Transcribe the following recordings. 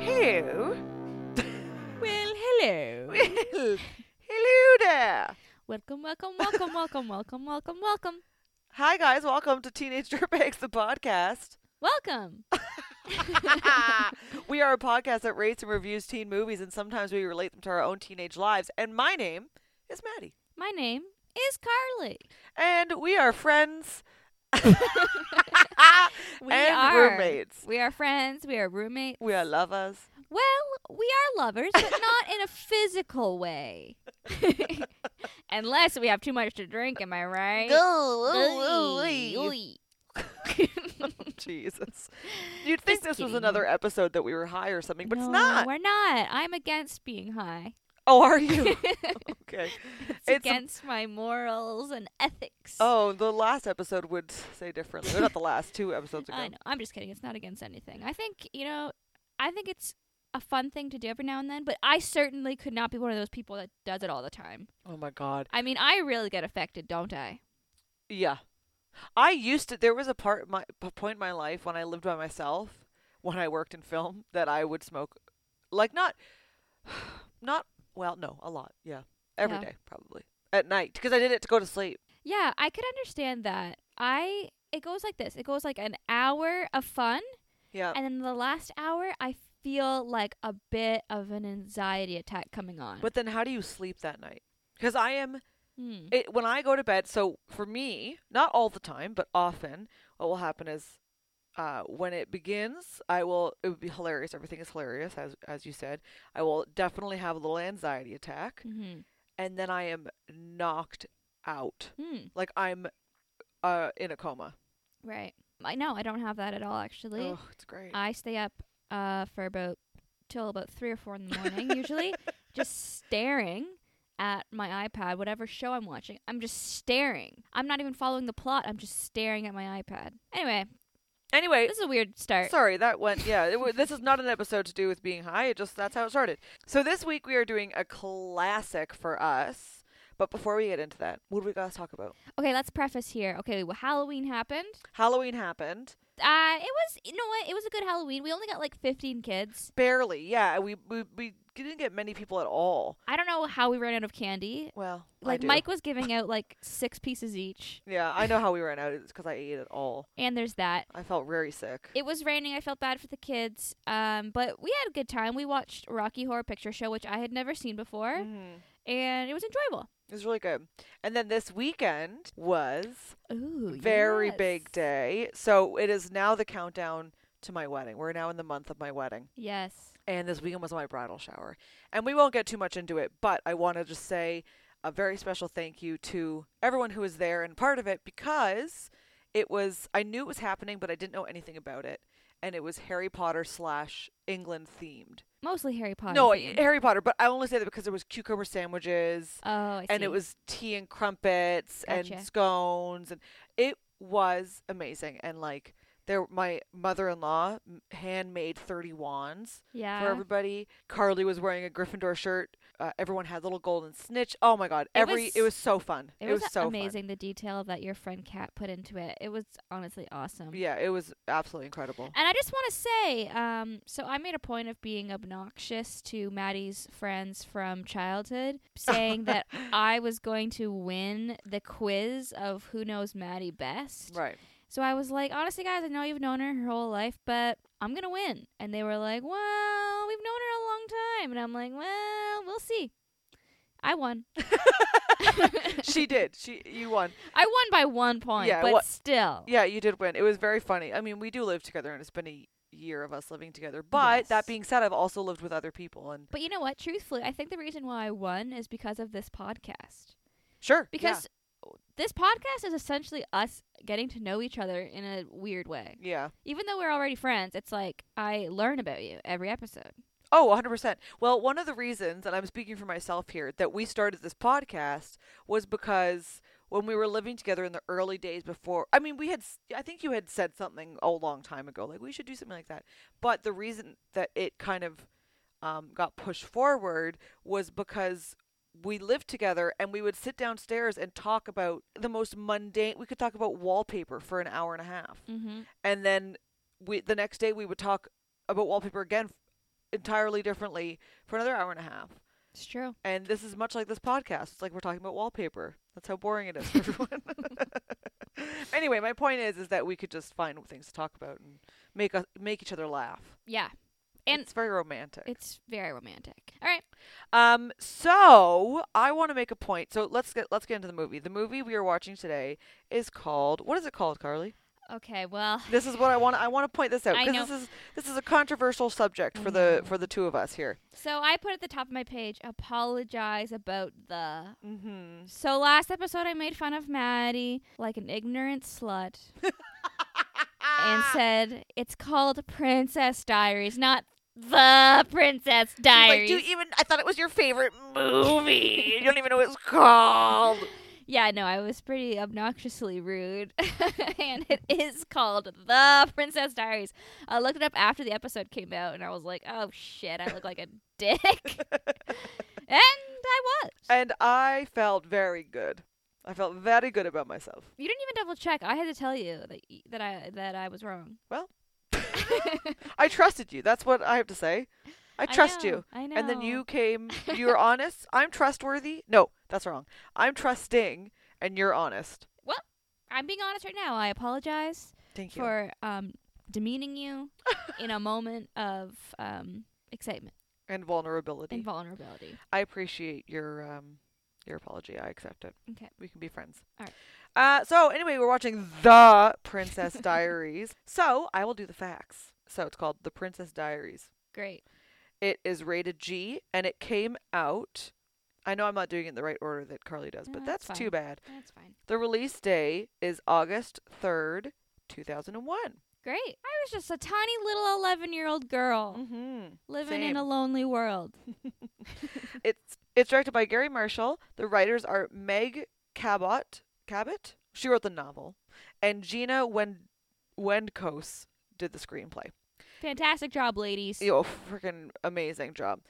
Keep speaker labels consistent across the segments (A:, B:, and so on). A: Hello.
B: Well, hello.
A: Well, hello there.
B: welcome, welcome, welcome, welcome, welcome, welcome, welcome,
A: Hi, guys. Welcome to Teenage Dirtbags, the podcast.
B: welcome.
A: we are a podcast that rates and reviews teen movies, and sometimes we relate them to our own teenage lives. And my name is Maddie.
B: My name is Carly.
A: And we are friends
B: We
A: and
B: are
A: roommates.
B: We are friends. We are roommates.
A: We are lovers.
B: well, we are lovers, but not in a physical way. Unless we have too much to drink, am I right? Oy,
A: Ooh, ooh, ooh.
B: oy.
A: Jesus. You'd think this
B: Just
A: was
B: kidding.
A: another episode that we were high or something, but
B: No,
A: it's not.
B: We're not. I'm against being high.
A: Oh, are you? okay.
B: It's,
A: It's a-
B: against my morals and ethics.
A: Oh, the last episode would say differently. Or not the last two episodes ago.
B: I know. I'm just kidding. It's not against anything. I think, you know, I think it's a fun thing to do every now and then, but I certainly could not be one of those people that does it all the time.
A: Oh my god.
B: I mean, I really get affected, don't I?
A: Yeah. I used to there was a part my a point in my life when I lived by myself, when I worked in film, that I would smoke like not not well, no, a lot. Yeah. every day
B: Yeah.
A: probably. At night because I did it to go to sleep.
B: Yeah, I could understand that. I it goes like this. It goes like an hour of fun,
A: Yeah.
B: and then the last hour I feel like a bit of an anxiety attack coming on.
A: But then how do you sleep that night? Cuz I am
B: Hmm.
A: it, when I go to bed, so for me, not all the time, but often, what will happen is uh, when it begins, I will, it would be hilarious. Everything is hilarious, as, as you said. I will definitely have a little anxiety attack,
B: Mhm.
A: and then I am knocked out.
B: Hmm.
A: Like I'm uh, in a coma.
B: Right. I know. I don't have that at all actually.
A: Oh, it's great.
B: I stay up uh, for about till about three or four in the morning, usually just staring at my iPad, whatever show I'm watching. I'm just staring. I'm not even following the plot. I'm just staring at my iPad. Anyway,
A: Anyway,
B: this is a weird start.
A: sorry, that went, yeah, it, wa- this is not an episode to do with being high. It just, that's how it started. So this week we are doing a classic for us. But before we get into that, what do we guys talk about?
B: Okay, let's preface here. Okay, well, Halloween happened.
A: Halloween happened.
B: Uh, it was you know what? It was a good Halloween. We only got like 15 kids.
A: Barely, yeah. We we, we didn't get many people at all.
B: I don't know how we ran out of candy.
A: Well, I
B: Like
A: do.
B: Mike was giving out like six pieces each,
A: Yeah, I know how we ran out. It's because I ate it all.
B: and there's that.
A: I felt very sick.
B: It was raining. I felt bad for the kids, um, but we had a good time. We watched Rocky Horror Picture Show, which I had never seen before,
A: Mhm.
B: and it was enjoyable.
A: It was really good. And then this weekend was
B: Ooh,
A: very big day. So it is now the countdown to my wedding. We're now in the month of my wedding,
B: Yes.
A: and this weekend was my bridal shower. And we won't get too much into it, but I want to just say a very special thank you to everyone who was there and part of it because it was I knew it was happening, but I didn't know anything about it. And it was Harry Potter slash England themed.
B: mostly Harry Potter.
A: No,
B: themed.
A: Harry Potter, but I only say that because there was cucumber sandwiches
B: oh, I see.
A: and it was tea and crumpets
B: Gotcha.
A: and scones and it was amazing and like there my mother-in-law m- handmade 30 wands
B: yeah.
A: for everybody. Carly was wearing a Gryffindor shirt. Uh, everyone had little golden snitch. Oh my god!
B: It
A: Every
B: was-
A: it was so fun.
B: It was,
A: so
B: amazing the detail that your friend Kat put into it. It was honestly awesome.
A: Fun. Yeah, it was absolutely incredible.
B: And I just want to say, um, so I made a point of being obnoxious to Maddie's friends from childhood, saying that I was going to win the quiz of who knows Maddie best.
A: Right.
B: So I was like, honestly, guys, I know you've known her her whole life, but I'm gonna win. And they were like, well, we've known her a long time, and I'm like, well, we'll see. I won.
A: she did. She you won.
B: I won by one point,
A: Yeah,
B: but
A: what-
B: still.
A: Yeah, you did win. It was very funny. I mean, we do live together, and it's been a year of us living together. But
B: Yes.
A: that being said, I've also lived with other people, and
B: But you know what? Truthfully, I think the reason why I won is because of this podcast.
A: sure yeah.
B: because this podcast is essentially us getting to know each other in a weird way.
A: yeah.
B: Even though we're already friends, it's like I learn about you every episode.
A: Oh, 100%. Well, one of the reasons, and I'm speaking for myself here, that we started this podcast was because when we were living together in the early days before, I mean, we had, s- I think you had said something a long time ago, like we should do something like that. But the reason that it kind of um, got pushed forward was because we lived together and we would sit downstairs and talk about the most mundane, we could talk about wallpaper for an hour and a half
B: Mm-hmm.
A: and then we the next day we would talk about wallpaper again f- entirely differently for another hour and a half
B: It's true.
A: and this is much like this podcast it's like we're talking about wallpaper that's how boring it is for everyone anyway my point is is that we could just find things to talk about and make us make each other laugh
B: Yeah. And-
A: it's very romantic
B: It's very romantic. All right.
A: um so i want to make a point so let's get let's get into the movie the movie we are watching today is called what is it called carly
B: Okay. Well,
A: This is what I want. I want to point this out
B: I know. Mm-hmm.
A: because this is this is a controversial subject
B: I
A: for the
B: know.
A: for the two of us here.
B: so I put at the top of my page, apologize about the.
A: Mm-hmm.
B: So last episode, I made fun of Maddie like an ignorant slut and
A: Ah,
B: said it's called Princess Diaries, not the Princess Diaries.
A: do you even? I thought it was your favorite movie. you don't even know what it's called.
B: Yeah, no, I was pretty obnoxiously rude. and it is called The Princess Diaries. I looked it up after the episode came out and I was like, oh shit, I look like a dick. and I was.
A: And I felt very good. I felt very good about myself.
B: you didn't even double check. I had to tell you that, y- that I that I was wrong.
A: I trusted you. That's what I have to say. I trust
B: know,
A: you.
B: I know.
A: And then you came. You were honest. I'm trustworthy. No, that's wrong. I'm trusting, and you're honest.
B: I'm being honest right now. I apologize
A: Thank you.
B: for um demeaning you in a moment of um excitement
A: and vulnerability.
B: and vulnerability.
A: I appreciate your um your apology. I accept it.
B: Okay.
A: We can be friends.
B: All right.
A: Uh so anyway, we're watching The Princess Diaries. So, I will do the facts. So, it's called The Princess Diaries.
B: Great.
A: It is rated G and it came out I know I'm not doing it in the right order that Carly does, but
B: No,
A: that's,
B: that's
A: too bad.
B: That's fine.
A: The release day is August 3rd, 2001.
B: Great. I was just a tiny little 11 year old girl
A: Mhm.
B: living
A: same.
B: in a lonely world.
A: It's it's directed by Gary Marshall. The writers are Meg Cabot. Cabot? She wrote the novel, and Gina Wend- Wendkos did the screenplay.
B: Fantastic job, ladies.
A: Yo, freaking amazing job!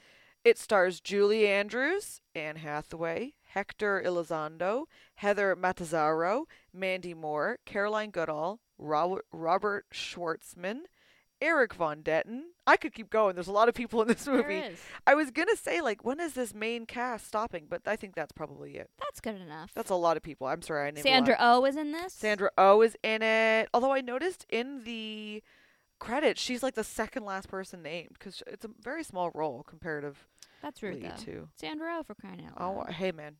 A: It stars Julie Andrews, Anne Hathaway, Hector Elizondo, Heather Matazzaro, Mandy Moore, Caroline Goodall, Rob- Robert Schwartzman, Eric Von Detten. I could keep going. There's a lot of people in this
B: There
A: movie.
B: is.
A: I was gonna say like when is this main cast stopping, but I think that's probably it.
B: That's good enough.
A: That's a lot of people. I'm sorry, I named a lot.
B: Sandra O is in this.
A: Sandra O is in it. Although I noticed in the credits, she's like the second last person named because it's a very small role comparatively
B: That's rude though.
A: to.
B: Sandra O for crying out
A: Oh,
B: loud.
A: hey man.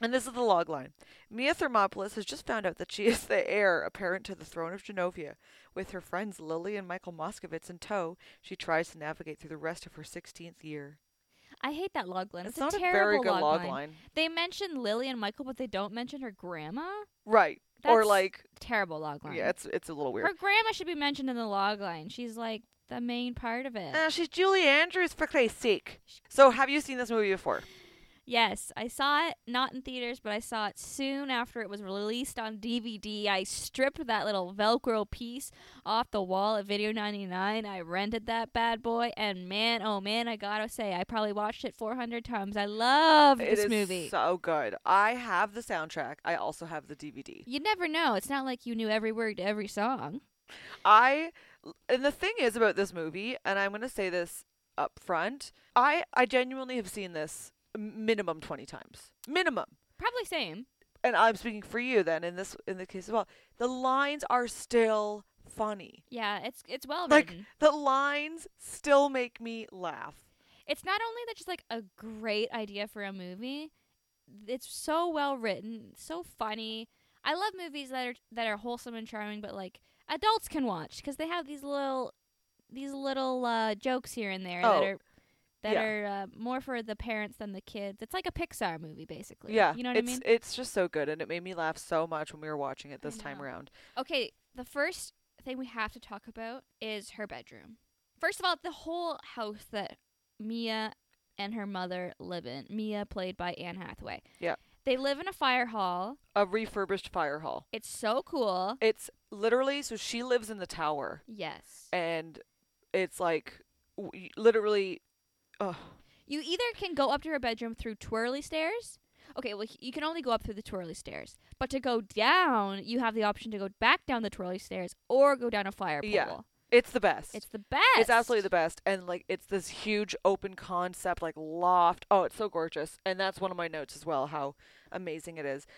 A: And this is the log line. Mia Thermopolis has just found out that she is the heir apparent to the throne of Genovia. With her friends Lily and Michael Moskovitz in tow, she tries to navigate through the rest of her 16th year.
B: I hate that log line.
A: it's
B: It's,
A: not
B: a
A: a
B: terrible
A: very good
B: log,
A: log
B: line.
A: line.
B: They mention Lily and Michael, but they don't mention her grandma.
A: Right. or
B: That's
A: like
B: Terrible log line.
A: yeah, it's it's a little weird.
B: her grandma should be mentioned in the log line. She's like the main part of it.
A: Uh, she's Julie Andrews for Christ's sake. So have you seen this movie before?
B: Yes, I saw it not in theaters, but I saw it soon after it was released on DVD. I stripped that little Velcro piece off the wall at Video 99. I rented that bad boy, and man, oh man, I gotta say, I probably watched it 400 times. I love
A: It
B: this
A: is
B: movie.
A: so good. I have the soundtrack. I also have the DVD.
B: you never know. It's not like you knew every word to every song.
A: I and the thing is about this movie, and I'm gonna say this up front. I I genuinely have seen this m- minimum 20 times. Minimum.
B: Probably same.
A: And I'm speaking for you then in this in the case as well. The lines are still funny.
B: Yeah, it's it's well
A: Like-
B: written.
A: The lines still make me laugh.
B: It's not only that just like a great idea for a movie. It's so well written, so funny. I love movies that are that are wholesome and charming, but like adults can watch because they have these little these little uh, jokes here and there that
A: Oh,
B: are that
A: yeah.
B: are uh, more for the parents than the kids. It's like a Pixar movie, basically.
A: Yeah,
B: you know what
A: it's
B: I mean.
A: it's just so good, and it made me laugh so much when we were watching it
B: I
A: this time
B: know.
A: around.
B: Okay, the first thing we have to talk about is her bedroom. First of all, the whole house that Mia and her mother live in. Mia, played by Anne Hathaway.
A: Yeah.
B: They live in a fire hall.
A: A refurbished fire hall.
B: It's so cool.
A: It's literally so she lives in the tower,
B: Yes.
A: and it's like w- literally. Oh,
B: You either can go up to her bedroom through twirly stairs. Okay, well, you can only go up through the twirly stairs. But to go down, you have the option to go back down the twirly stairs or go down a fire pole.
A: Yeah. it's the best.
B: It's the best.
A: It's absolutely the best. And like it's this huge open concept, like loft. Oh, it's so gorgeous. And that's one of my notes as well, how amazing it is.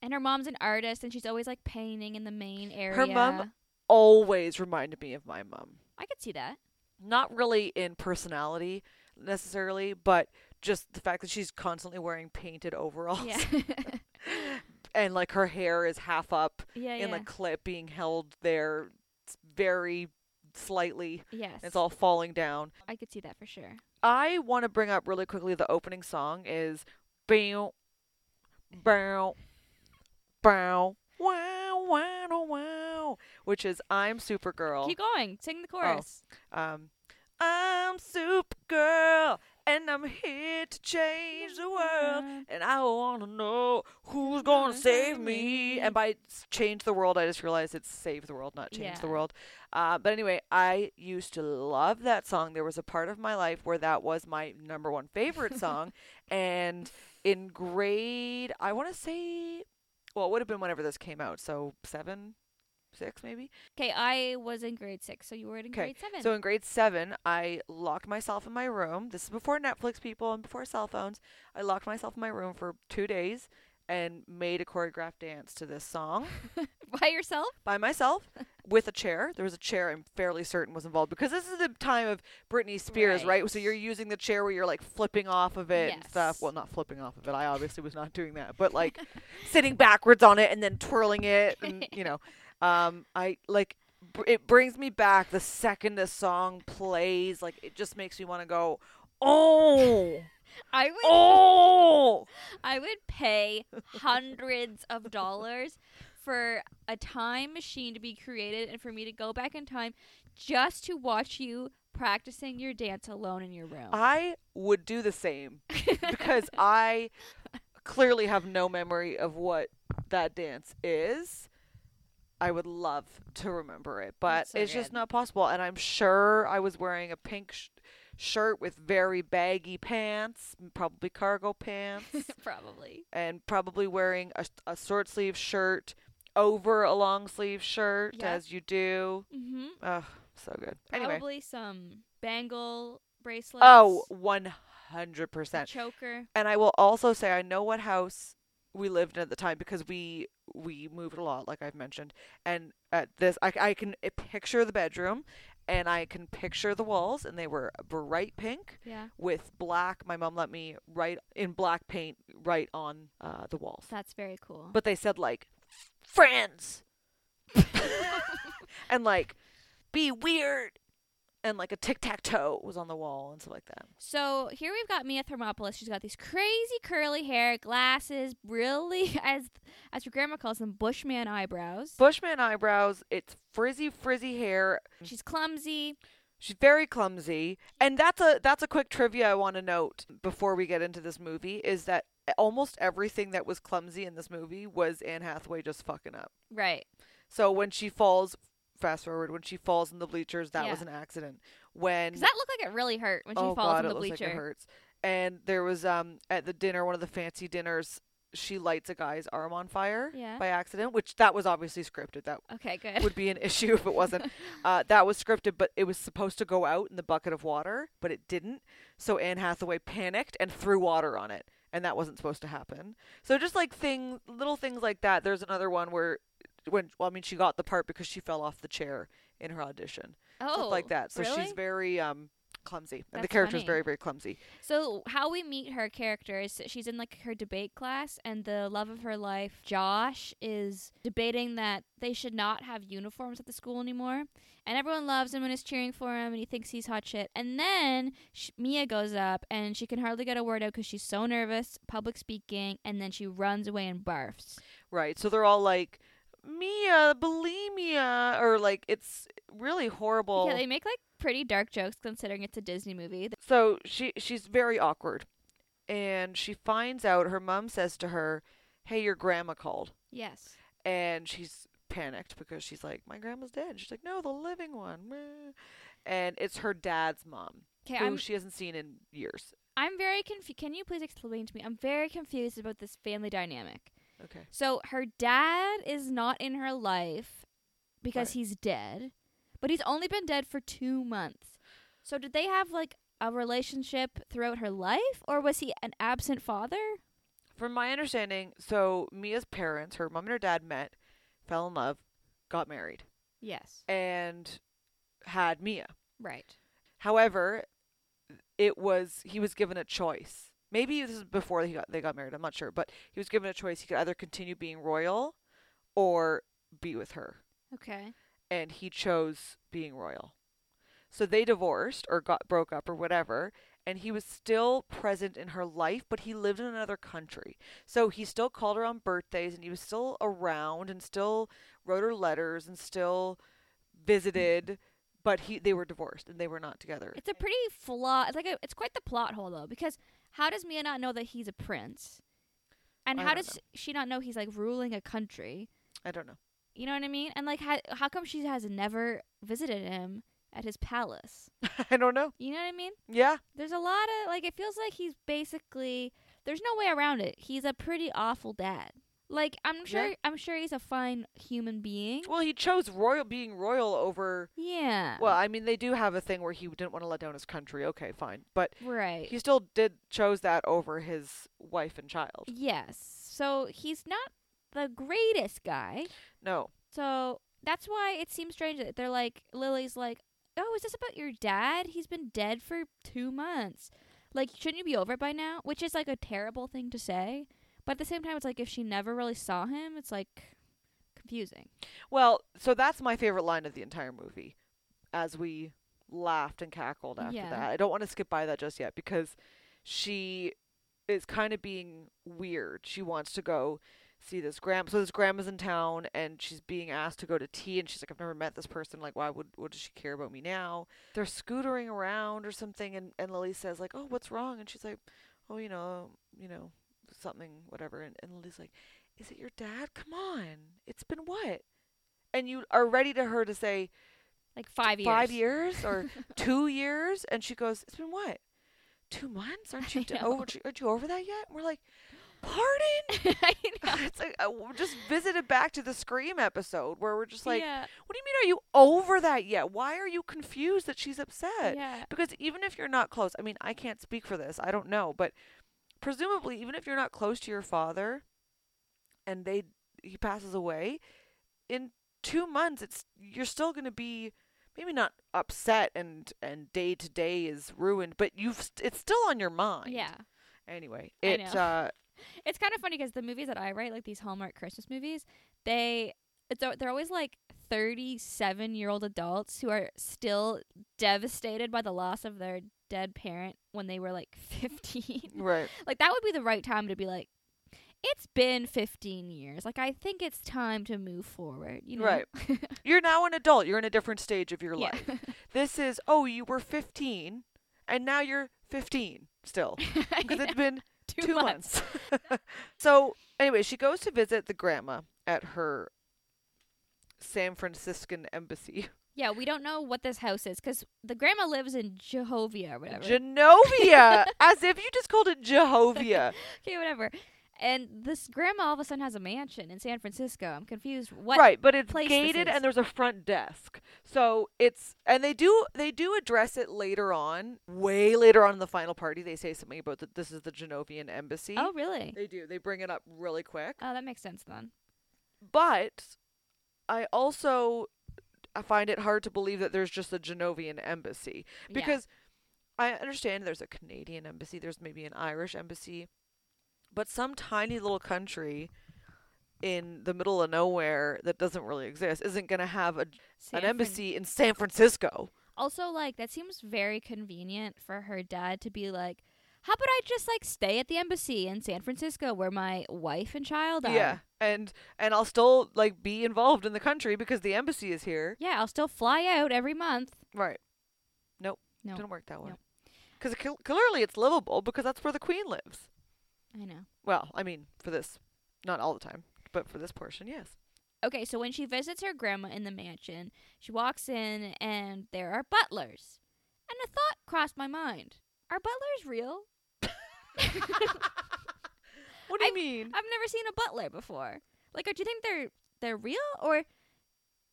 B: And her mom's an artist, and she's always like painting in the main area.
A: Her mom- Always reminded me of my mom.
B: I could see that.
A: Not really in personality necessarily, but just the fact that she's constantly wearing painted overalls
B: Yeah.
A: and like her hair is half up
B: yeah.
A: in
B: Uh, yeah.
A: a clip being held there s- very slightly.
B: yes.
A: It's all falling down.
B: I could see that for sure.
A: I want to bring up really quickly the opening song is bow bow bow wow wow wow, wow which is I'm Supergirl.
B: Keep going. Sing
A: Oh.
B: the chorus.
A: Um I'm Supergirl and I'm here to change the world and I want to know who's going to save me. And by s- change the world, I just realized it's save the world, not change the
B: Yeah.
A: world. Uh, but anyway, I used to love that song. There was a part of my life where that was my number one favorite song. and in grade, I want to say, well, it would have been whenever this came out. So seven, six maybe?
B: Okay, I was in grade six, so you were in
A: 'Kay,
B: grade seven.
A: So in grade seven, I locked myself in my room. This is before Netflix, people, and before cell phones. I locked myself in my room for two days and made a choreographed dance to this song
B: By yourself?
A: by myself with a chair. There was a chair I'm fairly certain was involved because this is the time of Britney Spears, right? So
B: Right.
A: you're using the chair where you're like flipping off of it and stuff.
B: Yes.
A: Well, not flipping off of it. I obviously was not doing that, but like sitting backwards on it and then twirling it and you know, um I like br- it brings me back the second the song plays like it just makes me want to go oh
B: I would
A: oh
B: I would pay hundreds of dollars for a time machine to be created and for me to go back in time just to watch you practicing your dance alone in your room.
A: I would do the same because I clearly have no memory of what that dance is. I would love to remember it, but
B: That's so
A: it's just
B: good.
A: not possible. And I'm sure I was wearing a pink sh- shirt with very baggy pants, probably cargo pants,
B: Probably.
A: and probably wearing a, a short sleeve shirt over a long sleeve shirt,
B: Yeah.
A: as you do.
B: Mm-hmm.
A: Ugh, so good.
B: Probably
A: Anyway.
B: some bangle bracelets.
A: Oh, 100%.
B: a choker.
A: and I will also say I know what house we lived in at the time because we we moved a lot, like I've mentioned. And at this, I, I can eh, picture the bedroom, and I can picture the walls, and they were bright pink
B: Yeah,
A: with black. My mom let me write in black paint right on uh, the walls,
B: that's very cool.
A: but they said like friends, and like be weird, and like a tic tac toe was on the wall and stuff like that.
B: So here we've got Mia Thermopolis. She's got these crazy curly hair, glasses, really, as as your grandma calls them, Bushman eyebrows.
A: Bushman eyebrows, it's frizzy frizzy hair.
B: She's clumsy.
A: She's very clumsy. And that's a that's a quick trivia I want to note before we get into this movie is that almost everything that was clumsy in this movie was Anne Hathaway just fucking up.
B: Right.
A: So when she falls fast forward when she falls in the bleachers that
B: Yeah.
A: was an accident. When
B: Because that looked like it really hurt when she
A: oh
B: falls
A: god
B: in
A: it
B: the
A: looks like it
B: bleacher.
A: hurts. And there was um at the dinner one of the fancy dinners she lights a guy's arm on fire
B: Yeah.
A: by accident, which that was obviously scripted. That
B: okay, good.
A: would be an issue if it wasn't. Uh, that was scripted, but it was supposed to go out in the bucket of water, but it didn't. So Anne Hathaway panicked and threw water on it, and that wasn't supposed to happen. So just like thing, little things like that. There's another one where, when well, I mean, she got the part because she fell off the chair in her audition,
B: oh,
A: stuff like that. So
B: really?
A: she's very um clumsy, and the
B: That's
A: character's
B: funny.
A: very very clumsy.
B: So how we meet her character is that she's in like her debate class, and the love of her life, Josh, is debating that they should not have uniforms at the school anymore. And everyone loves him and is cheering for him, and he thinks he's hot shit. And then sh- Mia goes up, and she can hardly get a word out because she's so nervous, public speaking, and then she runs away and barfs.
A: Right. So they're all like. Mia, bulimia, or like it's really horrible.
B: Yeah, they make like pretty dark jokes considering it's a Disney movie.
A: So she she's very awkward, and she finds out her mom says to her, "Hey, your grandma called,"
B: Yes.
A: and she's panicked because she's like, "My grandma's dead." She's like, "No, the living one," meh." and it's her dad's mom
B: Okay,
A: who
B: I'm
A: she hasn't seen in years.
B: I'm very confused. Can you please explain to me? I'm very confused about this family dynamic.
A: Okay,
B: So her dad is not in her life because
A: Right.
B: he's dead, but he's only been dead for 2 months. So did they have like a relationship throughout her life or was he an absent father?
A: from my understanding, so Mia's parents, her mom and her dad, met, fell in love, got married,
B: Yes.
A: and had Mia.
B: Right.
A: However, it was he was given a choice. Maybe this is before he got, they got married. I'm not sure, but he was given a choice. He could either continue being royal or be with her,
B: Okay.
A: and he chose being royal. So they divorced or got broke up or whatever, and he was still present in her life, but he lived in another country. So he still called her on birthdays, and he was still around, and still wrote her letters, and still visited. But he they were divorced, and they were not together.
B: It's a pretty flaw. It's like a, it's quite the plot hole though, because how does Mia not know that he's a prince, and
A: I
B: how
A: don't
B: does she not know he's like ruling a country?
A: I don't know.
B: You know what I mean? And like, how, how come she has never visited him at his palace?
A: I don't know.
B: You know what I mean?
A: Yeah.
B: There's a lot of like, it feels like he's basically there's no way around it. He's a pretty awful dad. Like I'm sure I'm sure he's a fine human being.
A: Well, he chose royal being royal over.
B: Yeah.
A: Well, I mean, they do have a thing where he didn't want to let down his country. Okay, fine, but
B: right.
A: he still did chose that over his wife and child.
B: Yes. So he's not the greatest guy.
A: No.
B: So that's why it seems strange that they're like Lily's like, "Oh, is this about your dad? He's been dead for 2 months. Like, shouldn't you be over it by now?" Which is like a terrible thing to say, but at the same time it's like if she never really saw him, it's like confusing.
A: Well, so that's my favorite line of the entire movie, as we laughed and cackled after
B: Yeah.
A: that. I don't want to skip by that just yet because she is kind of being weird. She wants to go see this gram. So this grandma's in town, and she's being asked to go to tea, and she's like, "I've never met this person. Like, why would what does she care about me now?" They're scootering around or something, and and Lily says like, "Oh, what's wrong?" And she's like, "Oh, you know, you know, something, whatever." And, and Lily's like, "Is it your dad? Come on, it's been what?" And you are ready to her to say,
B: Like 5 years.
A: five years or two years and she goes it's been what two months aren't you
B: I
A: d-
B: know.
A: oh, aren't you- aren't you over that yet and we're like pardon
B: I know.
A: it's like uh, we just visited back to the scream episode where we're just like
B: yeah.
A: what do you mean are you over that yet why are you confused that she's upset
B: Yeah.
A: because even if you're not close i mean i can't speak for this i don't know but presumably even if you're not close to your father and they he passes away in 2 months it's you're still going to be maybe not upset and and day to day is ruined but you've st- it's still on your mind
B: Yeah.
A: anyway
B: I
A: it
B: know.
A: uh
B: It's kind of funny because the movies that I write, like these Hallmark Christmas movies, they it's al- they're always like thirty-seven year old adults who are still devastated by the loss of their dead parent when they were like fifteen.
A: right
B: like that would be the right time to be like, it's been fifteen years. Like I think it's time to move forward. You know,
A: Right. you're now an adult you're in a different stage of your
B: Yeah.
A: life this is oh you were 15 and now you're 15 still because it's been
B: Two, months.
A: so anyway, she goes to visit the grandma at her San Franciscan embassy.
B: Yeah, we don't know what this house is because the grandma lives in Jehovah or whatever.
A: Genovia, as if you just called it Jehovia.
B: okay, whatever. And this grandma all of a sudden has a mansion in San Francisco. I'm confused. What?
A: right, but it's
B: place this
A: gated
B: is.
A: and there's a front desk. So it's and they do they do address it later on, way later on in the final party. They say something about that this is the Genovian embassy.
B: Oh, really?
A: They do. They bring it up really quick.
B: Oh, that makes sense then.
A: But I also I find it hard to believe that there's just a Genovian embassy.
B: Yeah.
A: because I understand there's a Canadian embassy, there's maybe an Irish embassy, but some tiny little country in the middle of nowhere that doesn't really exist isn't going to have a,
B: San
A: an
B: Fran-
A: embassy in San Francisco.
B: also, like that seems very convenient for her dad to be like, "How about I just like stay at the embassy in San Francisco where my wife and child are?
A: Yeah, and and I'll still like be involved in the country because the embassy is here.
B: yeah. I'll still fly out every month.
A: Right.
B: No.
A: Didn't work that way.
B: Nope.
A: Because clearly it's livable because that's where the queen lives.
B: I know.
A: Well, I mean, for this, not all the time, but for this portion, yes.
B: Okay, so when she visits her grandma in the mansion, she walks in and there are butlers. And a thought crossed my mind. Are butlers real?
A: What do you
B: I-
A: mean?
B: I've never seen a butler before. Like, do you think they're they're real or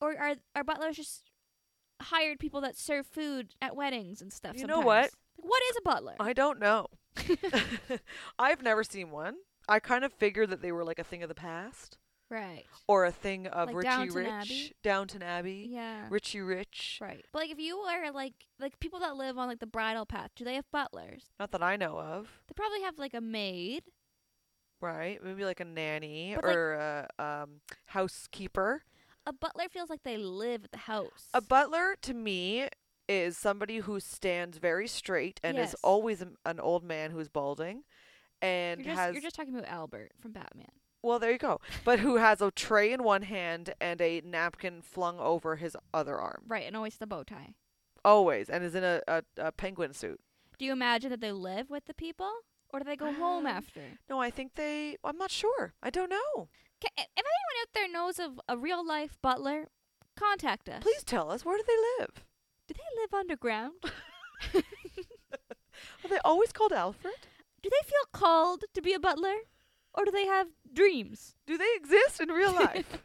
B: or are are butlers just hired people that serve food at weddings and stuff?
A: You know what?
B: sometimes? Like, what is a butler?
A: I don't know. I've never seen one. I kind of figured that they were like a thing of the past
B: right.
A: or a thing of
B: Like
A: Richie
B: Downton
A: Rich,
B: Abbey?
A: Downton Abbey,
B: Yeah.
A: Richie Rich.
B: Right. But like, if you are like like people that live on like the bridal path, do they have butlers?
A: Not that I know of,
B: They probably have like a maid.
A: right? Maybe like a nanny
B: But, like-
A: or a um, housekeeper.
B: A butler feels like they live at the house.
A: A butler to me is somebody who stands very straight and
B: Yes.
A: is always an- an old man who's balding and
B: you're just,
A: has
B: you're just talking about Albert from Batman.
A: Well, there you go. But who has a tray in one hand and a napkin flung over his other arm.
B: Right, and always the bow tie.
A: Always. And is in a, a, a penguin suit.
B: Do you imagine that they live with the people? Or do they go home
A: Um,
B: after? 'Kay,
A: No, I think they. I'm not sure. I don't know.
B: i- If anyone out there knows of a real life butler, contact us.
A: Please tell us. Where do they live?
B: Do they live underground?
A: Are they always called Alfred?
B: Do they feel called to be a butler? Or do they have dreams?
A: Do they exist in real life?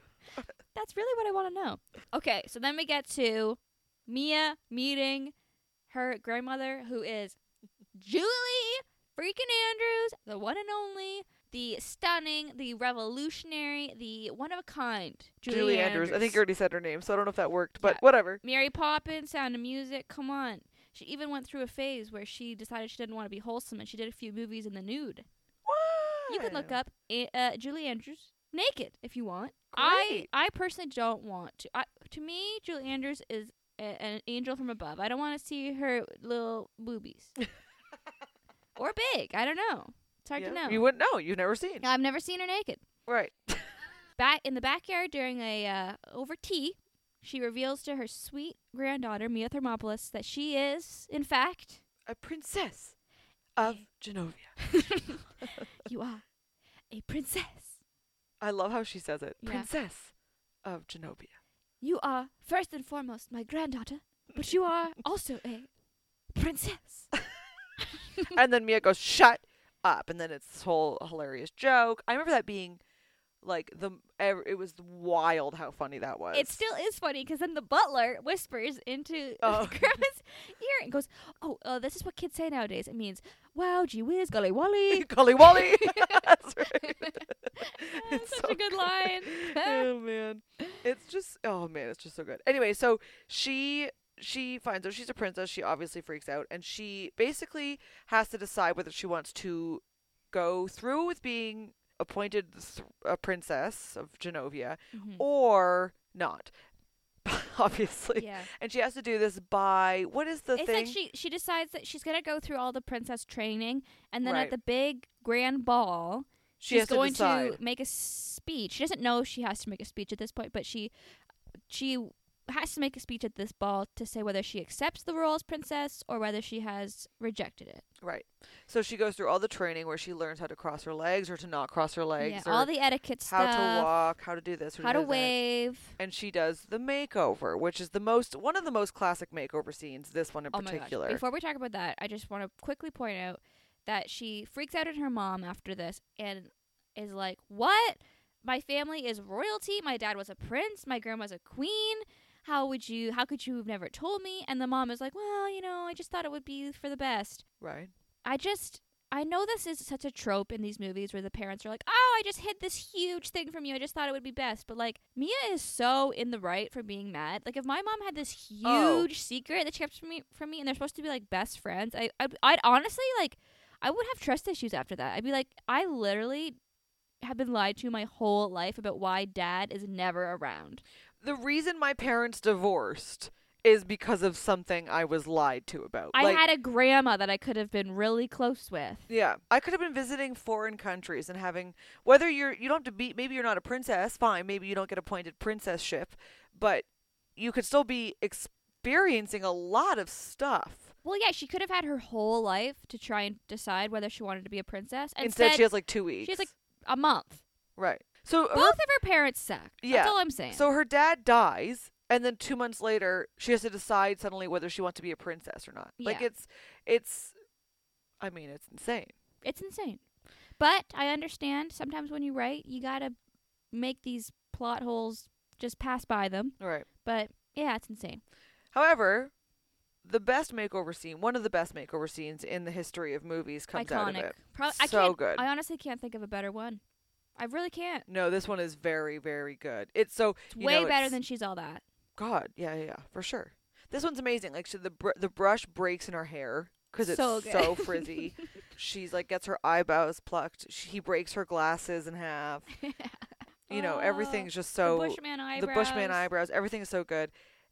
B: That's really what I want to know. Okay, so then we get to Mia meeting her grandmother, who is Julie freaking Andrews, the one and only, the stunning, the revolutionary, the one of a kind Julie, Andrews.
A: I think you already said her name, so I don't know if that worked, but
B: Yeah.
A: whatever.
B: Mary Poppins, Sound of Music. Come on. She even went through a phase where she decided she didn't want to be wholesome, and she did a few movies in the nude. You can look
A: Wow.
B: up I- uh, Julie Andrews naked if you want.
A: Great.
B: I I personally don't want to. I, to me, Julie Andrews is a, an angel from above. I don't want to see her little boobies or big. I don't know. It's hard
A: Yeah,
B: to know.
A: You wouldn't know. You've never seen.
B: I've never seen her naked.
A: Right.
B: Back in the backyard during a uh, over tea, she reveals to her sweet granddaughter Mia Thermopolis that she is, in fact,
A: A princess of Genovia.
B: you are a princess.
A: I love how she says it.
B: Yeah.
A: Princess of Genovia.
B: You are first and foremost my granddaughter, but you are also a princess.
A: and then Mia goes, "Shut up!" And then it's this whole hilarious joke. I remember that being like the ev- it was wild how funny that was.
B: It still is funny because then the butler whispers into
A: Oh.
B: Grandma's ear and goes, "Oh, uh, this is what kids say nowadays. It means, wow, gee whiz, golly wally."
A: Colly Wally. That's right. It's
B: Such
A: so
B: a good line.
A: oh man, it's just oh man, it's just so good. Anyway, so she she finds out she's a princess. She obviously freaks out, and she basically has to decide whether she wants to go through with being appointed th- a princess of Genovia
B: Mhm.
A: or not. Obviously.
B: Yeah.
A: And she has to do this by what is the
B: it's
A: thing?
B: like she she decides that she's gonna go through all the princess training, and then
A: Right.
B: at the big grand ball,
A: She
B: she's
A: has to
B: going
A: decide.
B: make a speech. She doesn't know she has to make a speech at this point, but she she has to make a speech at this ball to say whether she accepts the role as princess or whether she has rejected it.
A: right. So she goes through all the training where she learns how to cross her legs or to not cross her legs
B: yeah,
A: or
B: all the etiquette
A: how
B: stuff,
A: to walk, how to do this,
B: how to
A: do that.
B: wave.
A: And she does the makeover, which is the most one of the most classic makeover scenes, this one in
B: Oh
A: particular.
B: my gosh. Before we talk about that, I just want to quickly point out that she freaks out at her mom after this and is like, What? My family is royalty. My dad was a prince. My grandma's a queen. How would you, how could you have never told me? And the mom is like, Well, you know, I just thought it would be for the best.
A: right.
B: I just, I know this is such a trope in these movies where the parents are like, Oh, I just hid this huge thing from you. I just thought it would be best. But like, Mia is so in the right for being mad. Like, if my mom had this huge
A: Oh.
B: secret that she kept from me, from me, and they're supposed to be like best friends, I, I'd, I'd honestly like, I would have trust issues after that. I'd be like, I literally have been lied to my whole life about why dad is never around.
A: The reason my parents divorced is because of something I was lied to about.
B: I
A: like,
B: had a grandma that I could have been really close with.
A: Yeah, I could have been visiting foreign countries and having whether you're you don't have to be maybe you're not a princess, fine, maybe you don't get appointed princessship, but you could still be experiencing a lot of stuff.
B: Well, yeah, she could have had her whole life to try and decide whether she wanted to be a princess.
A: Instead, she has like two weeks.
B: she has like a month.
A: right. So her-
B: Both of her parents suck.
A: Yeah.
B: That's all I'm saying.
A: so her dad dies, and then two months later, she has to decide suddenly whether she wants to be a princess or not. Like
B: Yeah.
A: it's, it's, I mean, it's insane.
B: it's insane. But I understand sometimes when you write, you gotta make these plot holes just pass by them.
A: Right.
B: But yeah, it's insane.
A: However, the best makeover scene, one of the best makeover scenes in the history of movies, comes out of
B: Iconic.
A: it.
B: Pro- I
A: So
B: can't,
A: good.
B: I honestly can't think of a better one. I really can't.
A: No, this one is very, very good. It's so
B: It's
A: you
B: way
A: know,
B: better
A: it's-
B: than she's all that.
A: God, yeah, yeah, yeah, for sure. This one's amazing. Like, she, the br- the brush breaks in her hair because it's
B: So
A: so,
B: good.
A: frizzy. She's like gets her eyebrows plucked. She, he breaks her glasses in half. You know,
B: Oh,
A: everything's just so
B: the Bushman eyebrows.
A: the Bushman eyebrows. Everything is so good,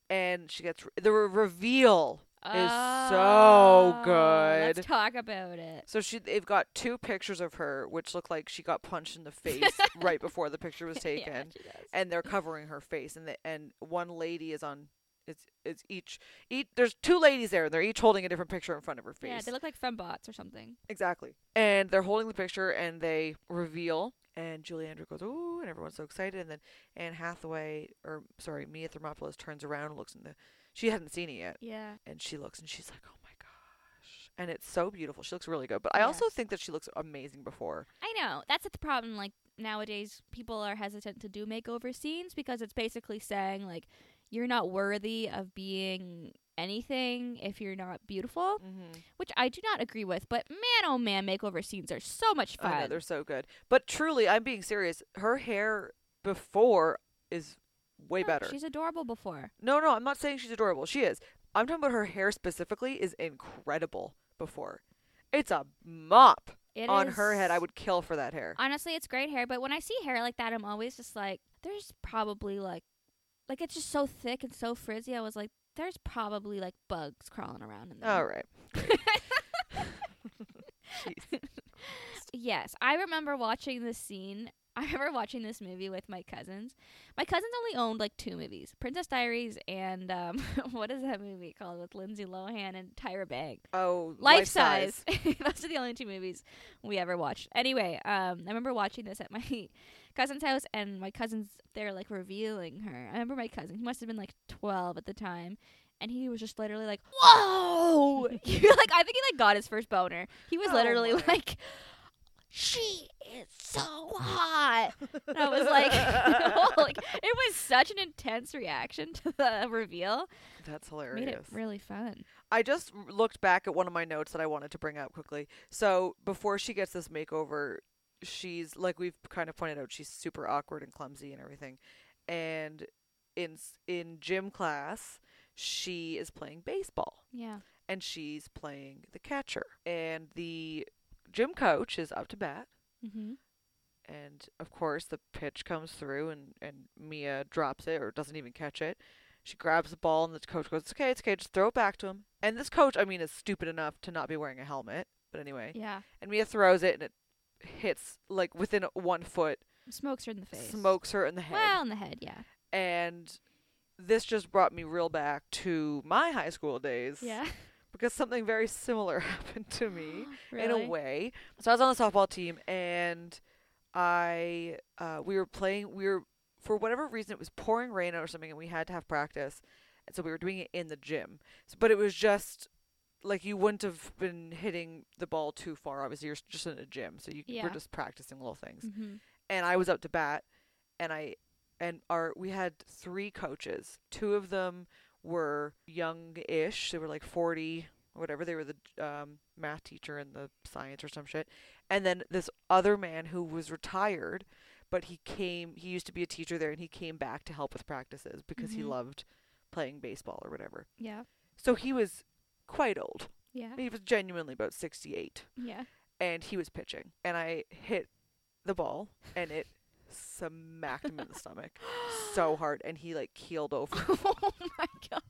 A: and she gets the re- reveal. is so
B: Oh,
A: good.
B: Let's talk about it.
A: So she they've got two pictures of her, which look like she got punched in the face right before the picture was taken.
B: Yeah, she does.
A: and they're covering her face and the, and one lady is on it's it's each each there's two ladies there and they're each holding a different picture in front of her face
B: Yeah, they look like fembots or something.
A: exactly and they're holding the picture and they reveal and Julie Andrew goes ooh and everyone's so excited and then Anne Hathaway or sorry Mia Thermopolis turns around and looks in the she hadn't seen it yet
B: Yeah.
A: and she looks and she's like oh my gosh and it's so beautiful she looks really good but I
B: Yeah.
A: also think that she looks amazing before
B: I know. That's the problem. Like nowadays, people are hesitant to do makeover scenes because it's basically saying like you're not worthy of being anything if you're not beautiful,
A: mm-hmm.
B: which I do not agree with. But man, oh man, makeover scenes are so much
A: I know
B: fun.
A: they're so good. But truly, I'm being serious. Her hair before is way
B: No,
A: better.
B: Oh, She's adorable before.
A: No, no, I'm not saying she's adorable. She is. I'm talking about her hair specifically is incredible before. It's a mop
B: It
A: on her
B: is-
A: head. I would kill for that hair.
B: honestly, it's great hair. But when I see hair like that, I'm always just like, there's probably like, like it's just so thick and so frizzy. I was like, there's probably like bugs crawling around in there.
A: All right.
B: Yes, I remember watching this scene. I remember watching this movie with my cousins. My cousins only owned like two movies: Princess Diaries and um, what is that movie called with Lindsay Lohan and Tyra Banks?
A: Oh,
B: Life, Size. Those are the only two movies we ever watched. Anyway, um, I remember watching this at my cousin's house, and my cousins they're like revealing her. I remember my cousin; he must have been like twelve at the time. And he was just literally like, "Whoa!" like I think he like got his first boner. He was
A: Oh
B: literally
A: my.
B: like, she is so hot. And I was like, no, like, it was such an intense reaction to the reveal.
A: That's
B: Made it
A: hilarious.
B: really fun.
A: I just r- looked back at one of my notes that I wanted to bring up quickly. So before she gets this makeover, she's like we've kind of pointed out, she's super awkward and clumsy and everything. And in s- in gym class, she is playing baseball
B: Yeah.
A: and she's playing the catcher. And the gym coach is up to bat,
B: Mm-hmm.
A: and of course the pitch comes through and and Mia drops it or doesn't even catch it. She grabs the ball and the coach goes, "It's okay, it's okay, just throw it back to him." And this coach, I mean, is stupid enough to not be wearing a helmet, but anyway.
B: Yeah.
A: And Mia throws it and it hits like within one foot,
B: Smokes her in the face.
A: smokes her in the head.
B: Well, in the head, yeah.
A: And this just brought me real back to my high school days
B: Yeah.
A: because something very similar happened to me in
B: Really?
A: a way. So I was on the softball team, and I uh, we were playing. We were for whatever reason it was pouring rain or something, and we had to have practice, and so we were doing it in the gym. So, but it was just like you wouldn't have been hitting the ball too far. Obviously, you're s- just in a gym, so you
B: Yeah.
A: were just practicing little things.
B: Mhm.
A: And I was up to bat, and I and our we had three coaches. Two of them were young-ish; they were like forty or whatever. They were the um, math teacher and the science or some shit. And then this other man who was retired, but he came, he used to be a teacher there and he came back to help with practices because he
B: Mhm.
A: loved playing baseball or whatever.
B: Yeah.
A: So he was quite old.
B: Yeah.
A: He was genuinely about 68
B: Yeah.
A: and he was pitching. And I hit the ball and it smacked him in the stomach so hard and he like keeled over.
B: oh my god.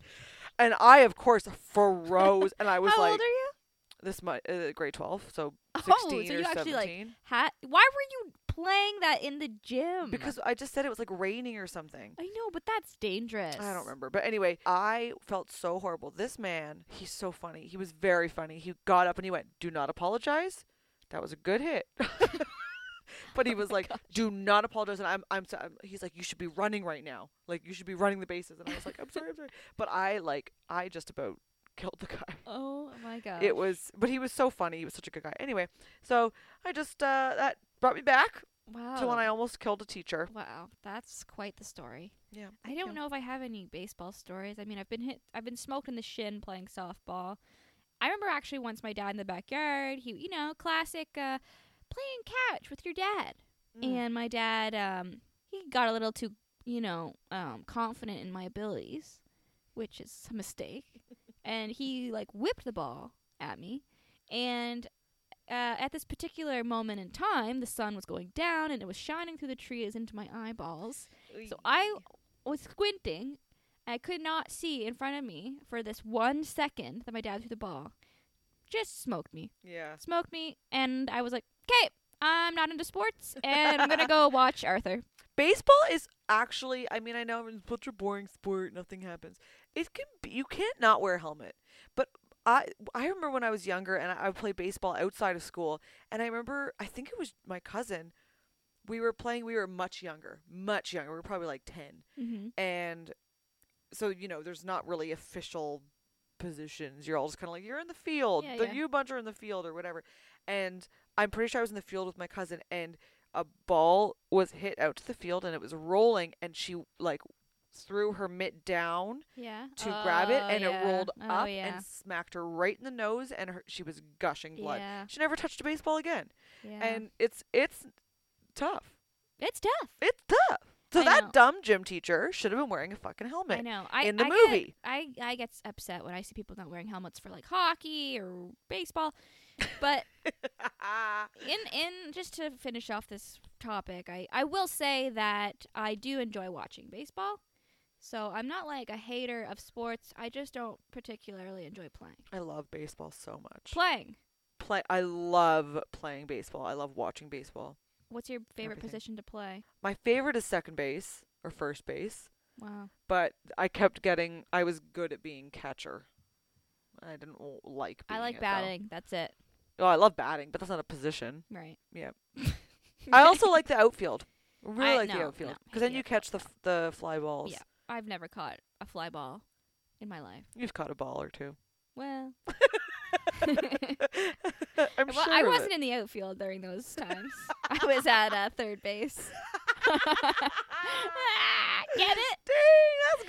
A: And I, of course, froze and I was
B: How
A: like,
B: old are you?
A: this mu uh, grade 12 so
B: Oh,
A: 16
B: so
A: or
B: you actually, like,
A: 17
B: Ha- Why were you playing that in the gym?
A: Because I just said it was like raining or something.
B: I know, but that's dangerous.
A: I don't remember. But anyway, I felt so horrible. This man, he's so funny. He was very funny. He got up and he went, Do not apologize. That was a good hit. but he
B: Oh
A: was like, Do not apologize. And I'm, I'm, so, I'm, he's like, You should be running right now. Like, you should be running the bases. And I was like, I'm sorry, I'm sorry. But I, like, I just about killed the guy.
B: Oh my god.
A: It was, but he was so funny. He was such a good guy. Anyway, so I just, uh, that brought me back
B: wow.
A: to when I almost killed a teacher.
B: Wow, that's quite the story.
A: Yeah.
B: I don't know if I have any baseball stories. I mean, I've been hit. I've been smoked in the shin playing softball. I remember actually once my dad in the backyard. He, you know, classic uh, playing catch with your dad.
A: Mm.
B: And my dad, um, he got a little too, you know, um, confident in my abilities, which is a mistake. and he like whipped the ball at me, and uh, at this particular moment in time, the sun was going down and it was shining through the trees into my eyeballs. So I was squinting. and I could not see in front of me for this one second that my dad threw the ball. Just smoked me.
A: Yeah.
B: Smoked me. And I was like, okay, I'm not into sports and I'm going to go watch Arthur.
A: Baseball is actually, I mean, I know it's such a boring sport, nothing happens. It can be, you can't not wear a helmet. But I I remember when I was younger and I, I would play baseball outside of school, and I remember, I think it was my cousin. We were playing, we were much younger, much younger. We were probably like 10.
B: Mm-hmm.
A: And so, you know, there's not really official positions. You're all just kind of like, you're in the field.
B: Yeah,
A: the
B: yeah.
A: you bunch are in the field or whatever. And I'm pretty sure I was in the field with my cousin and a ball was hit out to the field and it was rolling and she like threw her mitt down
B: Yeah. Oh,
A: to grab it and it rolled up
B: yeah.
A: and smacked her right in the nose and her, she was gushing blood.
B: Yeah.
A: She never touched a baseball again.
B: yeah.
A: And it's it's tough.
B: it's tough.
A: It's tough. So
B: I
A: that
B: know.
A: dumb gym teacher should have been wearing a fucking
B: I
A: helmet.
B: know. I,
A: in the
B: I Get,
A: movie.
B: I, I get upset when I see people not wearing helmets for like hockey or baseball. But in in just to finish off this topic, I I will say that I do enjoy watching baseball. So I'm not like a hater of sports. I just don't particularly enjoy playing.
A: I love baseball so much.
B: Playing.
A: Play I love playing baseball. I love watching baseball.
B: What's your favorite
A: Everything.
B: position to play?
A: My favorite is second base or first base,
B: Wow.
A: but I kept getting I was good at being catcher. I didn't w- like being
B: I like
A: it, though.
B: batting. That's it.
A: Oh, I love batting, but that's not a position.
B: Right.
A: Yeah. I also like the outfield. I Really
B: I-
A: like
B: no,
A: the
B: no,
A: outfield
B: hate
A: because then
B: the
A: you catch the f- the fly balls.
B: Yeah. I've never caught a fly ball in my life.
A: You've caught a ball or two.
B: Well,
A: I'm
B: well
A: sure
B: I
A: of
B: wasn't
A: it.
B: in the outfield during those times. I was at uh, third base. Ah, Get it?
A: Dang, that's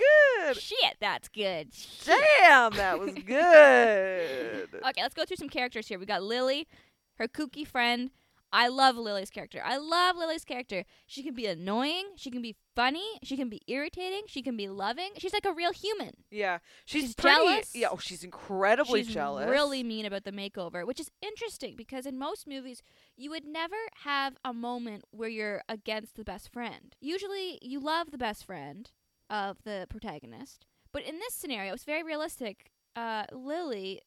A: good.
B: Shit, that's good. Shit.
A: Damn, that was good.
B: Okay, let's go through some characters here. We got Lily, her kooky friend. I love Lily's character. I love Lily's character. She can be annoying. She can be funny. She can be irritating. She can be loving. She's like a real human.
A: Yeah, she's,
B: She's
A: pretty,
B: jealous.
A: Yeah, oh, she's incredibly
B: She's
A: jealous.
B: really mean about the makeover, which is interesting because in most movies, you would never have a moment where you're against the best friend. Usually, you love the best friend of the protagonist. But in this scenario, it's very realistic. Uh, Lily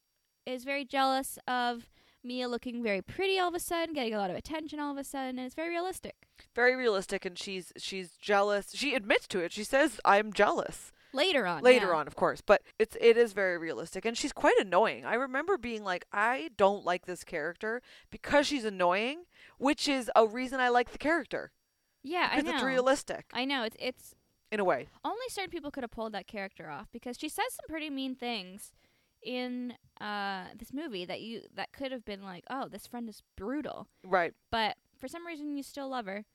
B: is very jealous of Mia looking very pretty all of a sudden, getting a lot of attention all of a sudden, and it's very realistic.
A: very realistic, and she's she's jealous. She admits to it. She says, "I'm jealous."
B: Later on.
A: Later
B: Uh, yeah.
A: on, of course, but it's it is very realistic, and she's quite annoying. I remember being like, "I don't like this character because she's annoying," which is a reason I like the character
B: Yeah, I
A: because
B: know.
A: it's realistic
B: I know. It's, it's
A: in a way.
B: only certain people could have pulled that character off because she says some pretty mean things in uh, this movie that you that could have been like, oh, this friend is brutal,
A: Right.
B: but for some reason you still love her.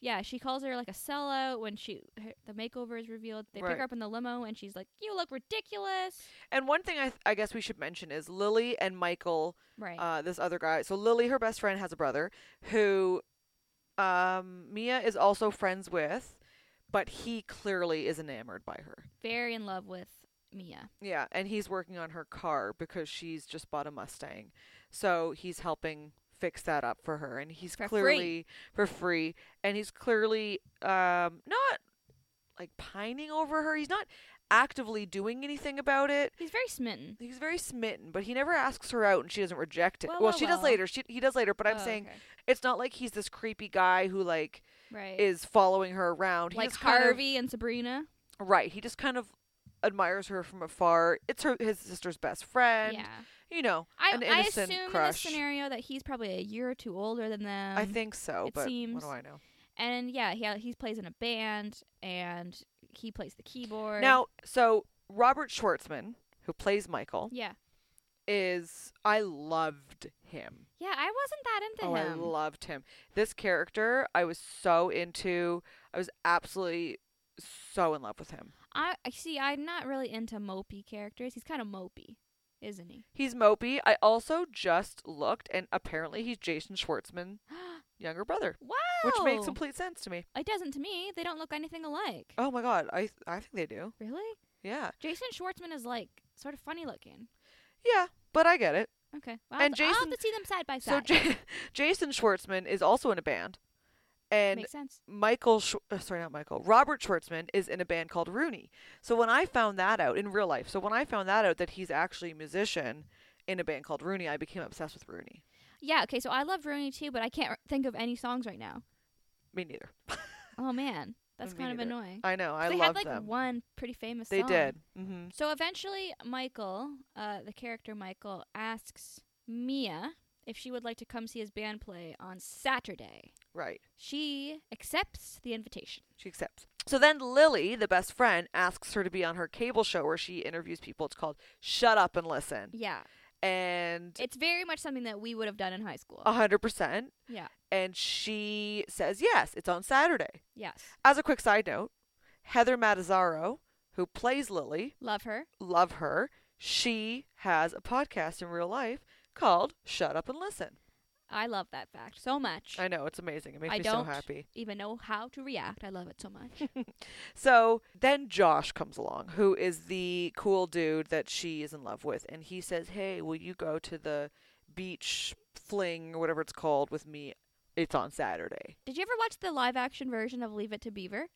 B: Yeah, she calls her like a sellout when she her, the makeover is revealed. They pick
A: Right.
B: her up in the limo and she's like, "You look ridiculous."
A: And one thing I, th- I guess we should mention is Lily and Michael,
B: Right.
A: uh, this other guy. So Lily, her best friend, has a brother who um, Mia is also friends with, but he clearly is enamored by her.
B: Very in love with Mia.
A: Yeah, and he's working on her car because she's just bought a Mustang. So he's helping fix that up for her and he's
B: For free.
A: clearly for free and he's clearly um not like pining over her. He's not actively doing anything about it.
B: He's very smitten.
A: He's very smitten, but he never asks her out, and she doesn't reject it.
B: Well,
A: Well,
B: well,
A: she
B: well.
A: does later. She he does later, but I'm
B: Oh,
A: saying
B: okay.
A: it's not like he's this creepy guy who like
B: right.
A: is following her around. He
B: like
A: just kind of-
B: Harvey and Sabrina.
A: right? He just kind of admires her from afar. It's her his sister's best friend.
B: yeah.
A: You know,
B: I,
A: an
B: I
A: innocent
B: assume
A: crush.
B: in this scenario that he's probably a year or two older than them.
A: I think so,
B: Um, it
A: but
B: seems-
A: what do I know?
B: And yeah, he he plays in a band and he plays the keyboard.
A: Now, so Robert Schwartzman, who plays Michael,
B: yeah,
A: is I loved him.
B: yeah, I wasn't that into
A: oh,
B: him.
A: I loved him. This character, I was so into. I was absolutely so in love with him.
B: I I see. I'm not really into mopey characters. He's kind of mopey, isn't he?
A: He's mopey. I also just looked, and apparently he's Jason Schwartzman's younger brother,
B: wow,
A: which makes complete sense to me.
B: It doesn't to me. They don't look anything alike.
A: Oh my god, I I think they do.
B: Really?
A: Yeah,
B: Jason Schwartzman is like sort of funny looking.
A: yeah, but I get it.
B: Okay. Well, I'll
A: And
B: have to- I'll have
A: Jason-
B: to see them side by
A: So
B: side.
A: J- Jason Schwartzman is also in a band, and
B: Makes sense.
A: Michael, Sch- uh, sorry, not Michael, Robert Schwartzman is in a band called Rooney. So when I found that out in real life, so when I found that out that he's actually a musician in a band called Rooney, I became obsessed with Rooney.
B: Yeah. Okay. So I love Rooney too, but I can't r- think of any songs right now.
A: Me neither.
B: Oh man, that's
A: Me
B: kind of
A: neither.
B: annoying.
A: I know. I
B: they
A: love
B: had like
A: them.
B: one pretty famous.
A: They
B: song.
A: did. hmm
B: So eventually, Michael, uh, the character Michael, asks Mia if she would like to come see his band play on Saturday.
A: Right.
B: She accepts the invitation.
A: She accepts. So then Lily, the best friend, asks her to be on her cable show where she interviews people. It's called Shut Up and Listen.
B: Yeah,
A: And
B: it's very much something that we would have done in high school.
A: a 100%.
B: Yeah.
A: And she says yes. It's on Saturday.
B: yes,
A: As a quick side note, Heather Matazzaro, who plays Lily,
B: love her.
A: love her. She has a podcast in real life called Shut Up and Listen.
B: I love that fact so much.
A: I know, it's amazing. It makes
B: I
A: me
B: don't
A: so happy.
B: even know how to react. I love it so much.
A: So then Josh comes along, who is the cool dude that she is in love with, and he says, Hey, will you go to the beach fling or whatever it's called with me? It's on Saturday.
B: Did you ever watch the live action version of Leave It to Beaver?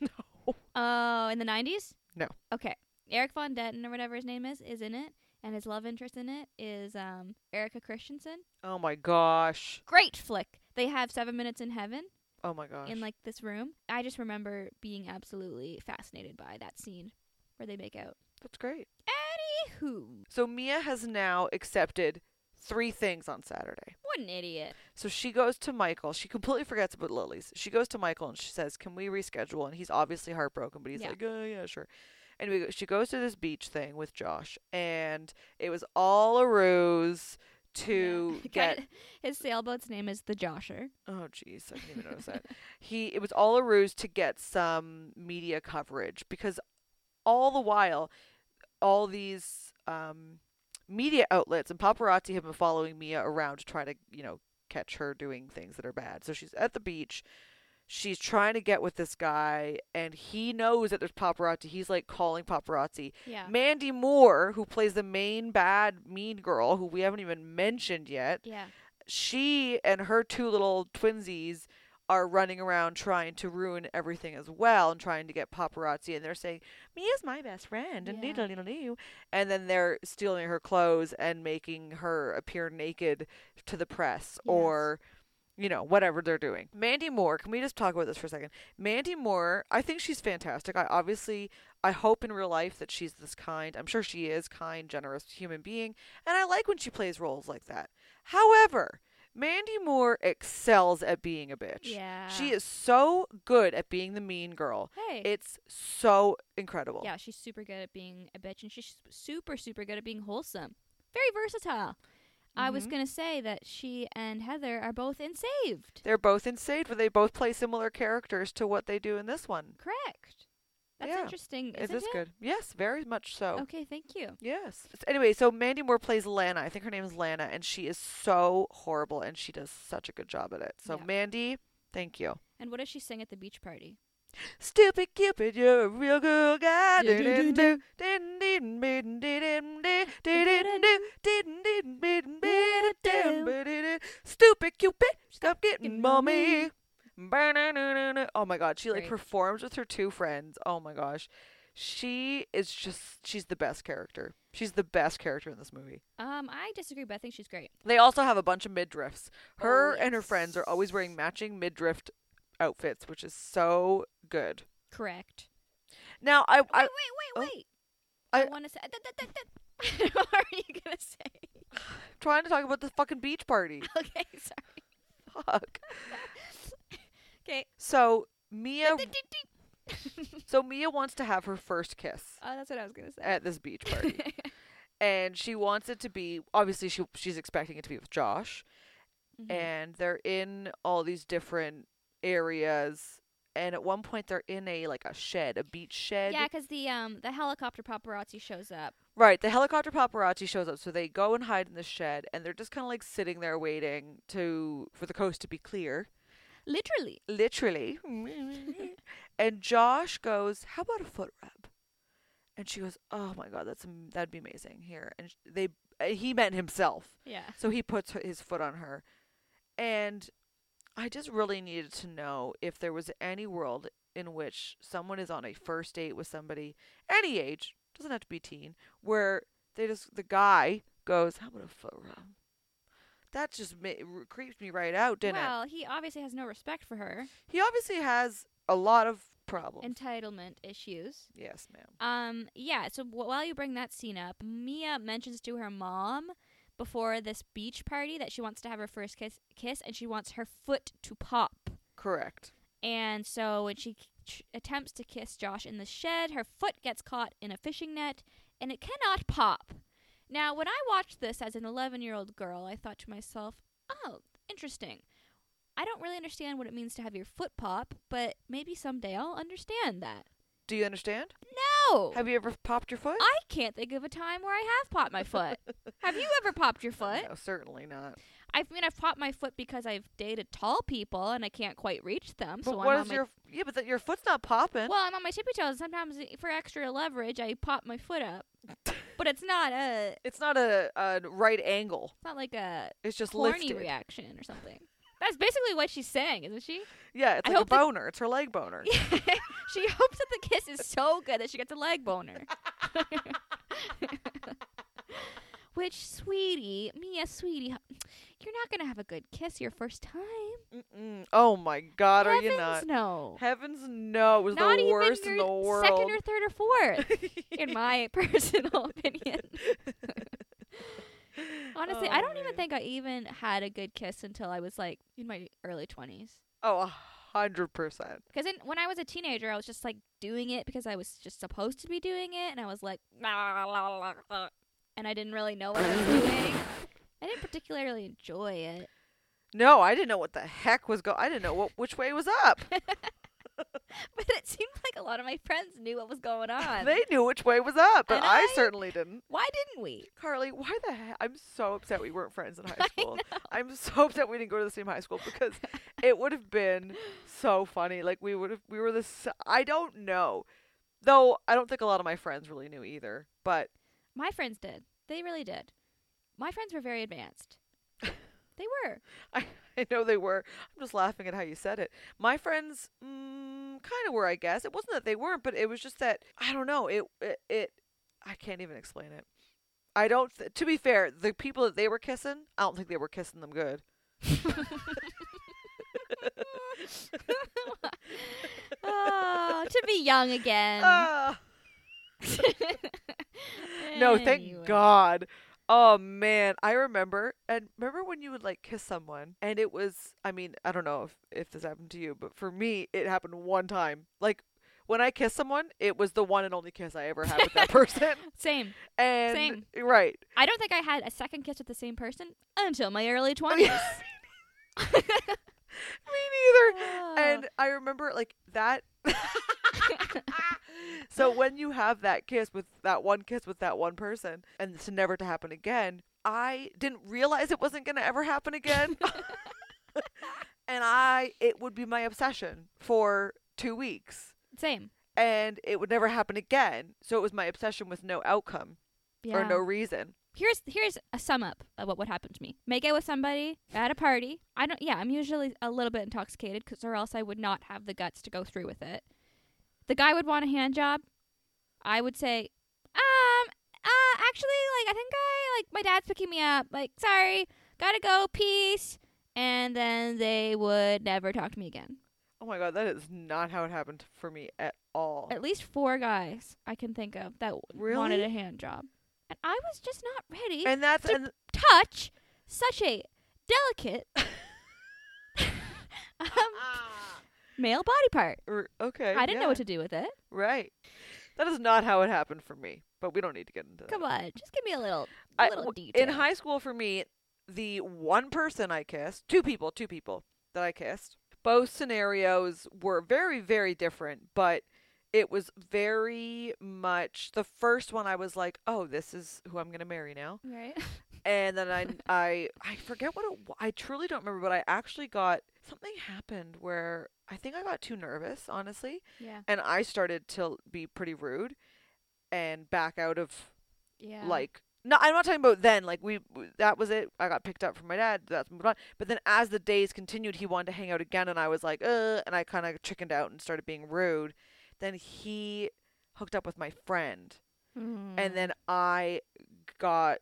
A: No.
B: Oh, in the 90s?
A: No.
B: Okay. Eric Von Detten or whatever his name is is in it, and his love interest in it is um, Erica Christensen.
A: Oh my gosh.
B: Great flick. They have 7 minutes in heaven
A: Oh my gosh.
B: in like this room. I just remember being absolutely fascinated by that scene where they make out.
A: That's great.
B: Anywho,
A: So Mia has now accepted three things on Saturday.
B: what an idiot.
A: So she goes to Michael. She completely forgets about Lily's. She goes to Michael and she says, "Can we reschedule?" And he's obviously heartbroken, but he's
B: Yeah.
A: like, "Oh yeah, sure." Anyway, she goes to this beach thing with Josh, and it was all a ruse to
B: Yeah.
A: get.
B: Kinda- his sailboat's name is the Josher.
A: Oh jeez, I didn't even notice that. He it was all a ruse to get some media coverage because all the while, all these um, media outlets and paparazzi have been following Mia around to try to you know catch her doing things that are bad. So she's at the beach. She's trying to get with this guy, and he knows that there's paparazzi. He's like calling paparazzi.
B: Yeah.
A: Mandy Moore, who plays the main bad mean girl, who we haven't even mentioned yet,
B: Yeah.
A: she and her two little twinsies are running around trying to ruin everything as well and trying to get paparazzi and they're saying Mia's my best friend and
B: Yeah.
A: yeah. and then they're stealing her clothes and making her appear naked to the press
B: Yes.
A: or you know whatever they're doing. Mandy Moore, can we just talk about this for a second? Mandy Moore, I think she's fantastic. I obviously I hope in real life that she's this kind. I'm sure she is kind, generous human being, and I like when she plays roles like that. However, Mandy Moore excels at being a bitch.
B: Yeah.
A: She is so good at being the mean girl.
B: Hey.
A: It's so incredible.
B: Yeah, she's super good at being a bitch, and she's super, super good at being wholesome. Very versatile. I was
A: Mhm.
B: gonna say that she and Heather are both in Saved.
A: They're both in Saved, where they both play similar characters to what they do in this one.
B: Correct. That's
A: Yeah.
B: interesting.
A: is
B: isn't
A: this
B: it?
A: good? Oh. Yes, very much so.
B: Okay, thank you.
A: Yes. Anyway, so Mandy Moore plays Lana. I think her name is Lana, and she is so horrible, and she does such a good job at it. So
B: Yeah.
A: Mandy, thank you.
B: And what does she sing at the beach party?
A: Stupid Cupid, you're a real good guy.
B: Yeah, do, do, do.
A: Didn't didn't didn't didn't didn't didn't didn't didn't didn't didn't didn't. Stupid Cupid, stop getting
B: getting
A: mommy. Ba-na-na-na-na. Oh my god, she like
B: Great.
A: performs with her two friends. Oh my gosh. She is just she's the best character. She's the best character in this movie.
B: Um, I disagree, but I think she's great.
A: They also have a bunch of midriffs. Her
B: Oh,
A: and her friends are always wearing matching midriff outfits, which is so good.
B: Correct.
A: Now I,
B: Wait,
A: I Oh.
B: wait, wait, wait.
A: I-
B: I, want to say. That, that, that, that. what are you gonna say?
A: trying to talk about the fucking beach party.
B: Okay, sorry.
A: Fuck.
B: Okay.
A: So Mia
B: oh,
A: so Mia wants to have her first kiss
B: that's what I was gonna say.
A: at this beach party. and she wants it to be obviously she she's expecting it to be with Josh.
B: Mhm.
A: and they're in all these different areas and at one point they're in a like a shed a beach shed
B: yeah, because the um the helicopter paparazzi shows up.
A: right the helicopter paparazzi shows up so they go and hide in the shed and they're just kind of like sitting there waiting to for the coast to be clear
B: Literally.
A: literally and josh goes how about a foot rub and she goes oh my god that's am- that'd be amazing here and sh- they uh, he meant himself
B: Yeah.
A: So he puts her- his foot on her. And I just really needed to know if there was any world in which someone is on a first date with somebody, any age, doesn't have to be teen, where they just, the guy goes, How about a foot rub? That just ma- r- creeps me right out, didn't it?
B: well, he obviously has no respect for her.
A: He obviously has a lot of problems.
B: Entitlement issues.
A: yes, ma'am.
B: Um, yeah, so w- while you bring that scene up, Mia mentions to her mom before this beach party that she wants to have her first kiss, kiss and she wants her foot to pop.
A: Correct.
B: And so when she k- tr- attempts to kiss Josh in the shed, her foot gets caught in a fishing net and it cannot pop. Now, when I watched this as an 11 year old girl, I thought to myself, oh, interesting. I don't really understand what it means to have your foot pop, but maybe someday I'll understand that.
A: Do you understand?
B: No!
A: Have you ever popped your foot?
B: I can't think of a time where I have popped my foot. have you ever popped your foot?
A: No, certainly not.
B: I mean, I've popped my foot because I've dated tall people and I can't quite reach them.
A: But
B: so
A: what
B: I'm
A: is
B: on
A: your yeah? But that your foot's not popping.
B: my, well, I'm on my tippy toes. Sometimes eh, for extra leverage, I pop my foot up, but it's not a, it's
A: it's not a, a right angle.
B: not like a
A: It's just
B: horny
A: lifted.
B: reaction or something. That's basically what she's saying, isn't she?
A: Yeah, it's
B: I
A: like a
B: hope that-
A: boner. It's her leg boner.
B: she hopes that the kiss is so good that she gets a leg boner. Which, sweetie, Mia, sweetie, you're not gonna have a good kiss your first time.
A: Mm-mm. Oh my god, are you not?
B: Heavens, No.
A: Heavens no, it was
B: not
A: the
B: even
A: worst
B: your
A: in the world.
B: second or third or fourth, in my personal opinion. Honestly, I
A: Oh,
B: don't even
A: man.
B: think I even had a good kiss until I was like in my early twenties.
A: Oh, a hundred percent.
B: Because when I was a teenager, I was just like doing it because I was just supposed to be doing it, and I was like, and I didn't really know what I was doing. I didn't particularly enjoy it.
A: No, I didn't know what the heck was going. I didn't know what which way was up.
B: But it seemed like a lot of my friends knew what was going on.
A: they knew which way was up, but
B: And
A: I,
B: I-
A: certainly didn't.
B: Why didn't we?
A: Carly, why the heck? I'm so upset we weren't friends in high school. I'm so upset we didn't go to the same high school because it would have been so funny. Like we would have, we were the. s- I don't know, though. I don't think a lot of my friends really knew either. But
B: My friends did. They really did. My friends were very advanced. they were.
A: I, I know they were. I'm just laughing at how you said it. My friends, mm, kind of were, I guess. It wasn't that they weren't, but it was just that I don't know. It it, it I can't even explain it. I don't. Th- to be fair, the people that they were kissing, I don't think they were kissing them good.
B: oh, to be young again.
A: Ah. No, thank God. Oh man, I remember. And remember when you would like kiss someone and it was I mean, I don't know if if this happened to you, but for me it happened one time. Like when I kissed someone, it was the one and only kiss I ever had with that person.
B: Same.
A: And
B: Same.
A: right.
B: I don't think I had a second kiss with the same person until my early 20s.
A: Me neither.
B: Uh.
A: And I remember like that So when you have that kiss with that one kiss with that one person and to never to happen again, I didn't realize it wasn't going to ever happen again. and I it would be my obsession for 2 weeks
B: Same.
A: and it would never happen again. So it was my obsession with no outcome
B: Yeah.
A: or no reason.
B: here's here's a sum up of what would happen to me. Make out with somebody at a party. I don't. Yeah, I'm usually a little bit intoxicated, 'cause or else I would not have the guts to go through with it. The guy would want a hand job. I would say, um, uh, actually, like I think I like my dad's picking me up. Like, sorry, gotta go, peace. And then they would never talk to me again.
A: Oh my god, that is not how it happened for me at all.
B: At least four guys I can think of that w- wanted
A: Really?
B: a hand job, and I was just not ready
A: and that's
B: to
A: and
B: touch such a delicate um, male body part.
A: r- okay.
B: I didn't know
A: Uh,
B: what
A: yeah,
B: to do with it.
A: Right. That is not how it happened for me. But we don't need to get into that.
B: Come on, just give me a little,
A: I-
B: little
A: w-
B: detail.
A: In high school, for me, the one person I kissed, two people, two people that I kissed, both scenarios were very, very different, but it was very much the first one I was like, oh, this is who I'm going to marry now.
B: right?
A: And then I, I, I forget what it wa- I truly don't remember, but I actually got something happened where I think I got too nervous, honestly,
B: Yeah,
A: and I started to be pretty rude and back out of
B: yeah.
A: like no i'm not talking about then like we w- that was it i got picked up from my dad that's moved on but then as the days continued he wanted to hang out again and i was like uh and i kind of chickened out and started being rude then he hooked up with my friend
B: Mm-hmm. Mm.
A: and then i got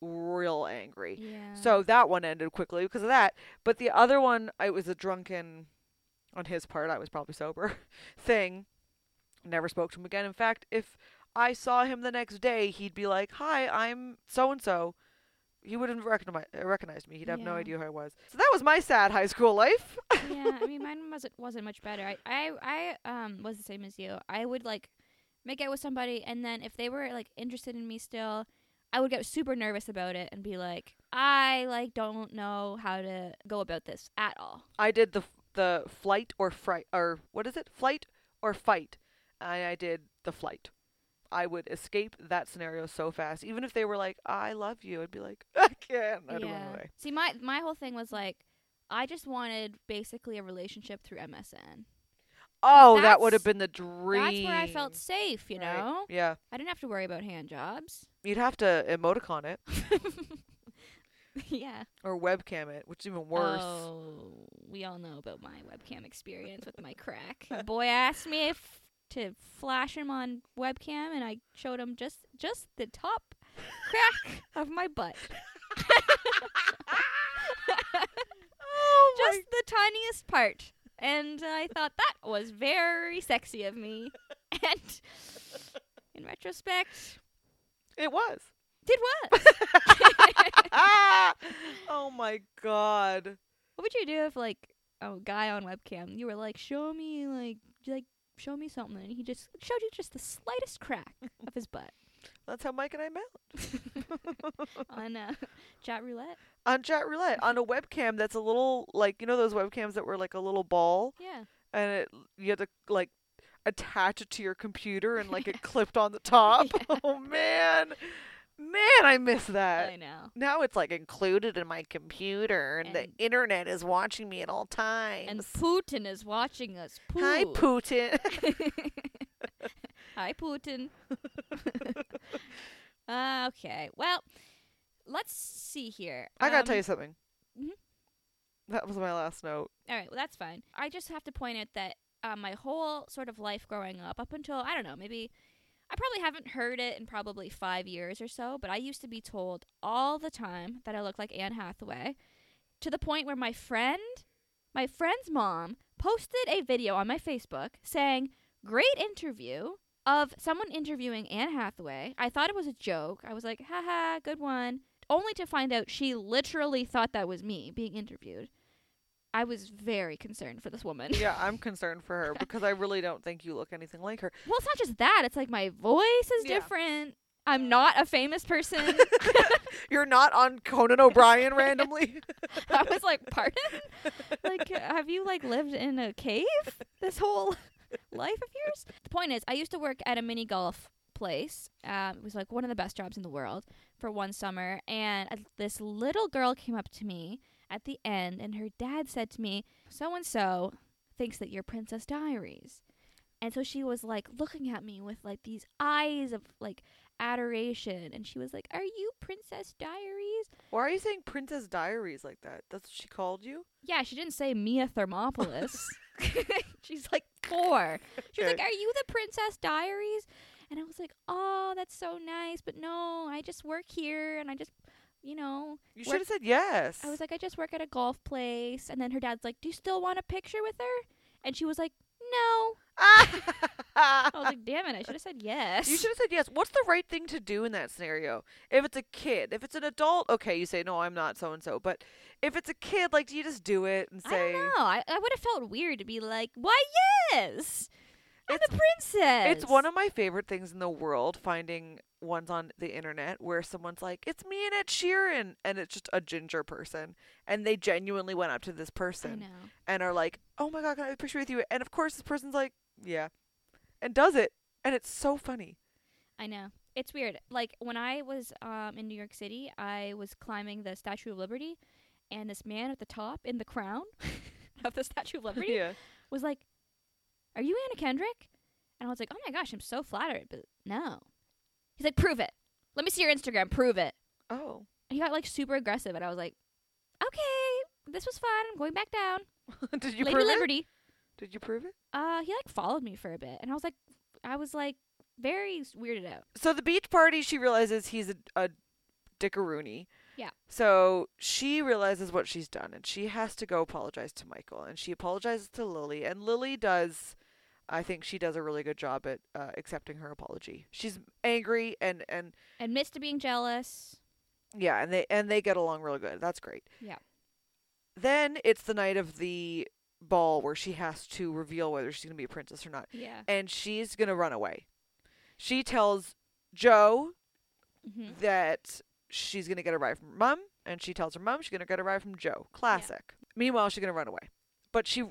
A: real angry
B: yeah.
A: so that one ended quickly because of that but the other one it was a drunken on his part i was probably sober thing never spoke to him again in fact if i saw him the next day he'd be like hi i'm so and so he wouldn't recognize recognized me he'd have no
B: Yeah.
A: idea who i was so that was my sad high school life
B: yeah, I mean, mine wasn't wasn't much better. I, I, I um was the same as you. I would like make out with somebody, and then if they were like interested in me still, I would get super nervous about it and be like, I like don't know how to go about this at all.
A: i did the the flight or fright or what is it flight or fight and i did the flight I would escape that scenario so fast. Even if they were like, "I love you," I'd be like, "I can't." I'd run away.
B: See, my my whole thing was like, I just wanted basically a relationship through MSN.
A: Oh, that would have
B: that's-
A: been the dream.
B: That's where I felt safe. You
A: Right.
B: know,
A: Yeah,
B: I didn't have to worry about hand jobs.
A: you'd have to emoticon it
B: yeah.
A: or webcam it, which is even worse.
B: Oh, we all know about my webcam experience with my crack. A boy asked me if to flash him on webcam, and I showed him just just the top crack of my butt,
A: Oh
B: just the tiniest part. And I thought that was very sexy of me, and in retrospect,
A: my- it was.
B: did what?
A: Ah! oh my god.
B: What would you do if like a guy on webcam you were like, show me like like show me something and he just showed you just the slightest crack of his butt
A: That's how Mike and I met
B: on uh, chat roulette?
A: on chat roulette on a webcam that's a little like you know those webcams that were like a little ball
B: Yeah.
A: and it you had to like attach it to your computer and like it clipped on the top. Oh man, man, I miss that.
B: I know.
A: now it's like included in my computer and,
B: And-
A: the internet is watching me at all times.
B: And Putin is watching us. Poo.
A: Hi Putin.
B: Hi Putin. uh, okay. Well, let's see here.
A: I got to
B: Um,
A: tell you something.
B: mhm.
A: That was my last note.
B: All right, well that's fine. I just have to point out that uh, my whole sort of life growing up, up until I don't know, maybe I probably haven't heard it in probably five years or so, but I used to be told all the time that I looked like Anne Hathaway, to the point where my friend, my friend's mom, posted a video on my Facebook saying, "Great interview." Of someone interviewing Anne Hathaway. I thought it was a joke. I was like, haha, good one. Only to find out she literally thought that was me being interviewed. I was very concerned for this woman.
A: Yeah, I'm concerned for her because I really don't think you look anything like her.
B: Well, it's not just that. It's like my voice is
A: Yeah.
B: different. I'm not a famous person.
A: You're not on Conan O'Brien randomly.
B: I was like, pardon? Like, have you like lived in a cave this whole life of yours? The point is, I used to work at a mini golf place. Um, it was like one of the best jobs in the world for one summer, and uh, this little girl came up to me at the end, and her dad said to me, "So and so thinks that you're Princess Diaries." And so she was like looking at me with like these eyes of like adoration and she was like, "Are you Princess Diaries?"
A: Why are you saying Princess Diaries like that? That's what she called you?
B: Yeah, she didn't say Mia Thermopolis. She's like four. She's like,
A: Okay.
B: Are you the Princess Diaries? And I was like, oh, that's so nice, but no, I just work here and I just, you know.
A: You
B: work-
A: should have said yes.
B: I was like, I just work at a golf place. And then her dad's like, do you still want a picture with her? And she was like, no. I was like, damn it, I should have said yes.
A: You should have said yes. What's the right thing to do in that scenario? If it's a kid, if it's an adult, okay, you say no, I'm not so and so. But if it's a kid, like, do you just do it and
B: I don't
A: say
B: know. I, I would have felt weird to be like, why yes? I'm
A: It's-
B: a princess.
A: it's one of my favorite things in the world finding ones on the internet where someone's like, "It's me and Ed Sheeran," and it's just a ginger person, and they genuinely went up to this
B: I
A: person
B: know.
A: and are like, "Oh my god, can I have a picture with you?" And of course, this person's like, "Yeah," and does it, and it's so funny.
B: I know. It's weird. Like when I was um, in New York City, I was climbing the Statue of Liberty, and this man at the top in the crown of the Statue of Liberty
A: Yeah.
B: was like, "Are you Anna Kendrick?" And I was like, "Oh my gosh, I'm so flattered, but no." He's like, "Prove it. Let me see your Instagram. Prove it."
A: Oh.
B: And he got like super aggressive, and I was like, "Okay, this was fun. I'm going back down."
A: Did you
B: Lady
A: prove
B: Liberty.
A: it? Did you prove it?
B: Uh, he like followed me for a bit, and I was like, I was like very s- weirded out.
A: so the beach party she realizes he's a, a dickaroony
B: Yeah.
A: so she realizes what she's done and she has to go apologize to michael and she apologizes to lily and lily does i think she does a really good job at uh, accepting her apology she's angry and and
B: Admits to being jealous.
A: yeah, and they and they get along really good. That's great.
B: Yeah.
A: Then it's the night of the ball where she has to reveal whether she's going to be a princess or not,
B: Yeah.
A: and she's going to run away. She tells Joe Mm-hmm.
B: hmm
A: that she's going to get a ride from her mom, and she tells her mom she's going to get a ride from Joe. Classic. Meanwhile, she's going to run away. But she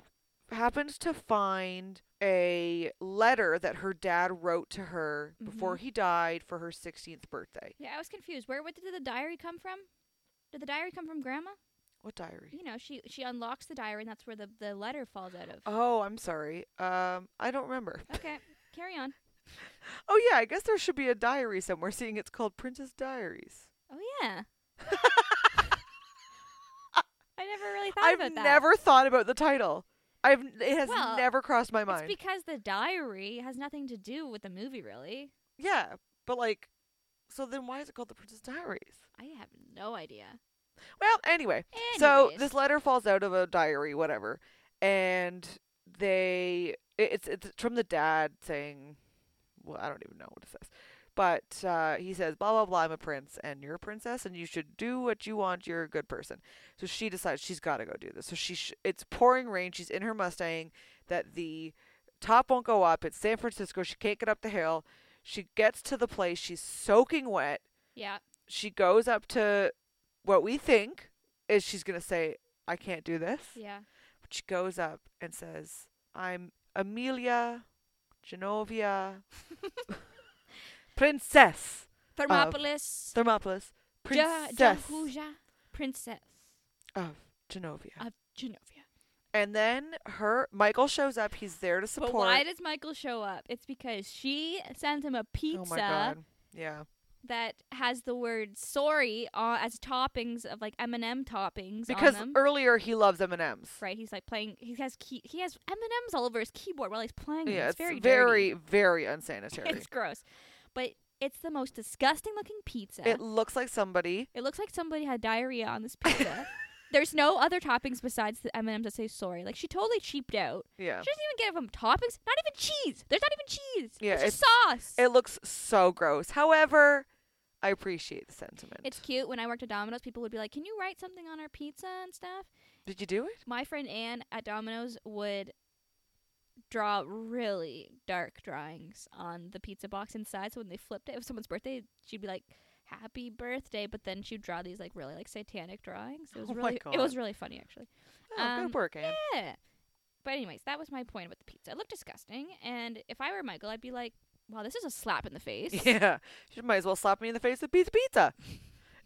A: happens to find a letter that her dad wrote to her before
B: Mhm.
A: he died for her 16th birthday.
B: Yeah, I was confused. Where what did the diary come from? Did the diary come from Grandma?
A: What diary?
B: You know, she she unlocks the diary, and that's where the the letter falls out of.
A: Oh, I'm sorry. Um, I don't remember.
B: Okay, carry on.
A: Oh yeah, I guess there should be a diary somewhere seeing it's called Princess Diaries.
B: Oh yeah. I never really thought
A: I've
B: about that.
A: never thought about the title. I've it has
B: Well,
A: never crossed my mind.
B: It's because the diary has nothing to do with the movie, really.
A: yeah, but like so then why is it called the Princess Diaries?
B: I have no idea.
A: Well, anyway, so
B: Anyways.
A: this letter falls out of a diary, whatever, and they it- it's it's from the dad saying, well, I don't even know what it says, but uh, he says blah blah blah. I'm a prince, and you're a princess, and you should do what you want. You're a good person. So she decides she's got to go do this. So she sh- it's pouring rain. She's in her Mustang that the top won't go up. It's San Francisco. She can't get up the hill. She gets to the place. She's soaking wet
B: Yeah.
A: she goes up to what we think is she's going to say, I can't do this.
B: Yeah.
A: But she goes up and says, I'm Amelia Genovia Princess
B: Thermopolis.
A: Thermopolis
B: Ja-
A: Uh, Princess
B: Jahuja, princess
A: of Genovia.
B: of Genovia.
A: and then her Michael shows up. He's there to
B: But
A: support.
B: why does Michael show up? It's because she sends him a
A: oh my god!
B: pizza
A: Yeah,
B: that has the word "sorry" uh, as toppings of like M and M toppings
A: because
B: on them.
A: earlier he loves M and M's.
B: right, he's like playing. He has key, he has M and M's all over his keyboard while he's playing. them.
A: Yeah,
B: it's, very dirty.
A: very very unsanitary.
B: It's gross, but it's the most disgusting looking pizza.
A: It looks like somebody
B: It looks like somebody had diarrhea on this pizza. There's no other toppings besides the M and M's that say sorry. Like she totally cheaped out.
A: yeah
B: She doesn't even give them toppings. Not even cheese. There's not even cheese.
A: Yeah,
B: There's just sauce.
A: It looks so gross. However, I appreciate the sentiment.
B: it's cute. When I worked at Domino's, people would be like, "Can you write something on our pizza and stuff?"
A: Did you do it?
B: My friend Anne at Domino's would draw really dark drawings on the pizza box inside. So when they flipped it, if someone's birthday, she'd be like, "Happy birthday!" But then she'd draw these like really like satanic drawings. It was
A: Oh my
B: really,
A: God.
B: it was really funny actually.
A: Oh,
B: Um,
A: good work, Anne.
B: Yeah. But anyways, that was my point about the pizza. It looked disgusting, and if I were Michael, I'd be like, "Wow, this is a slap in the face."
A: Yeah. She might as well slap me in the face with pizza pizza.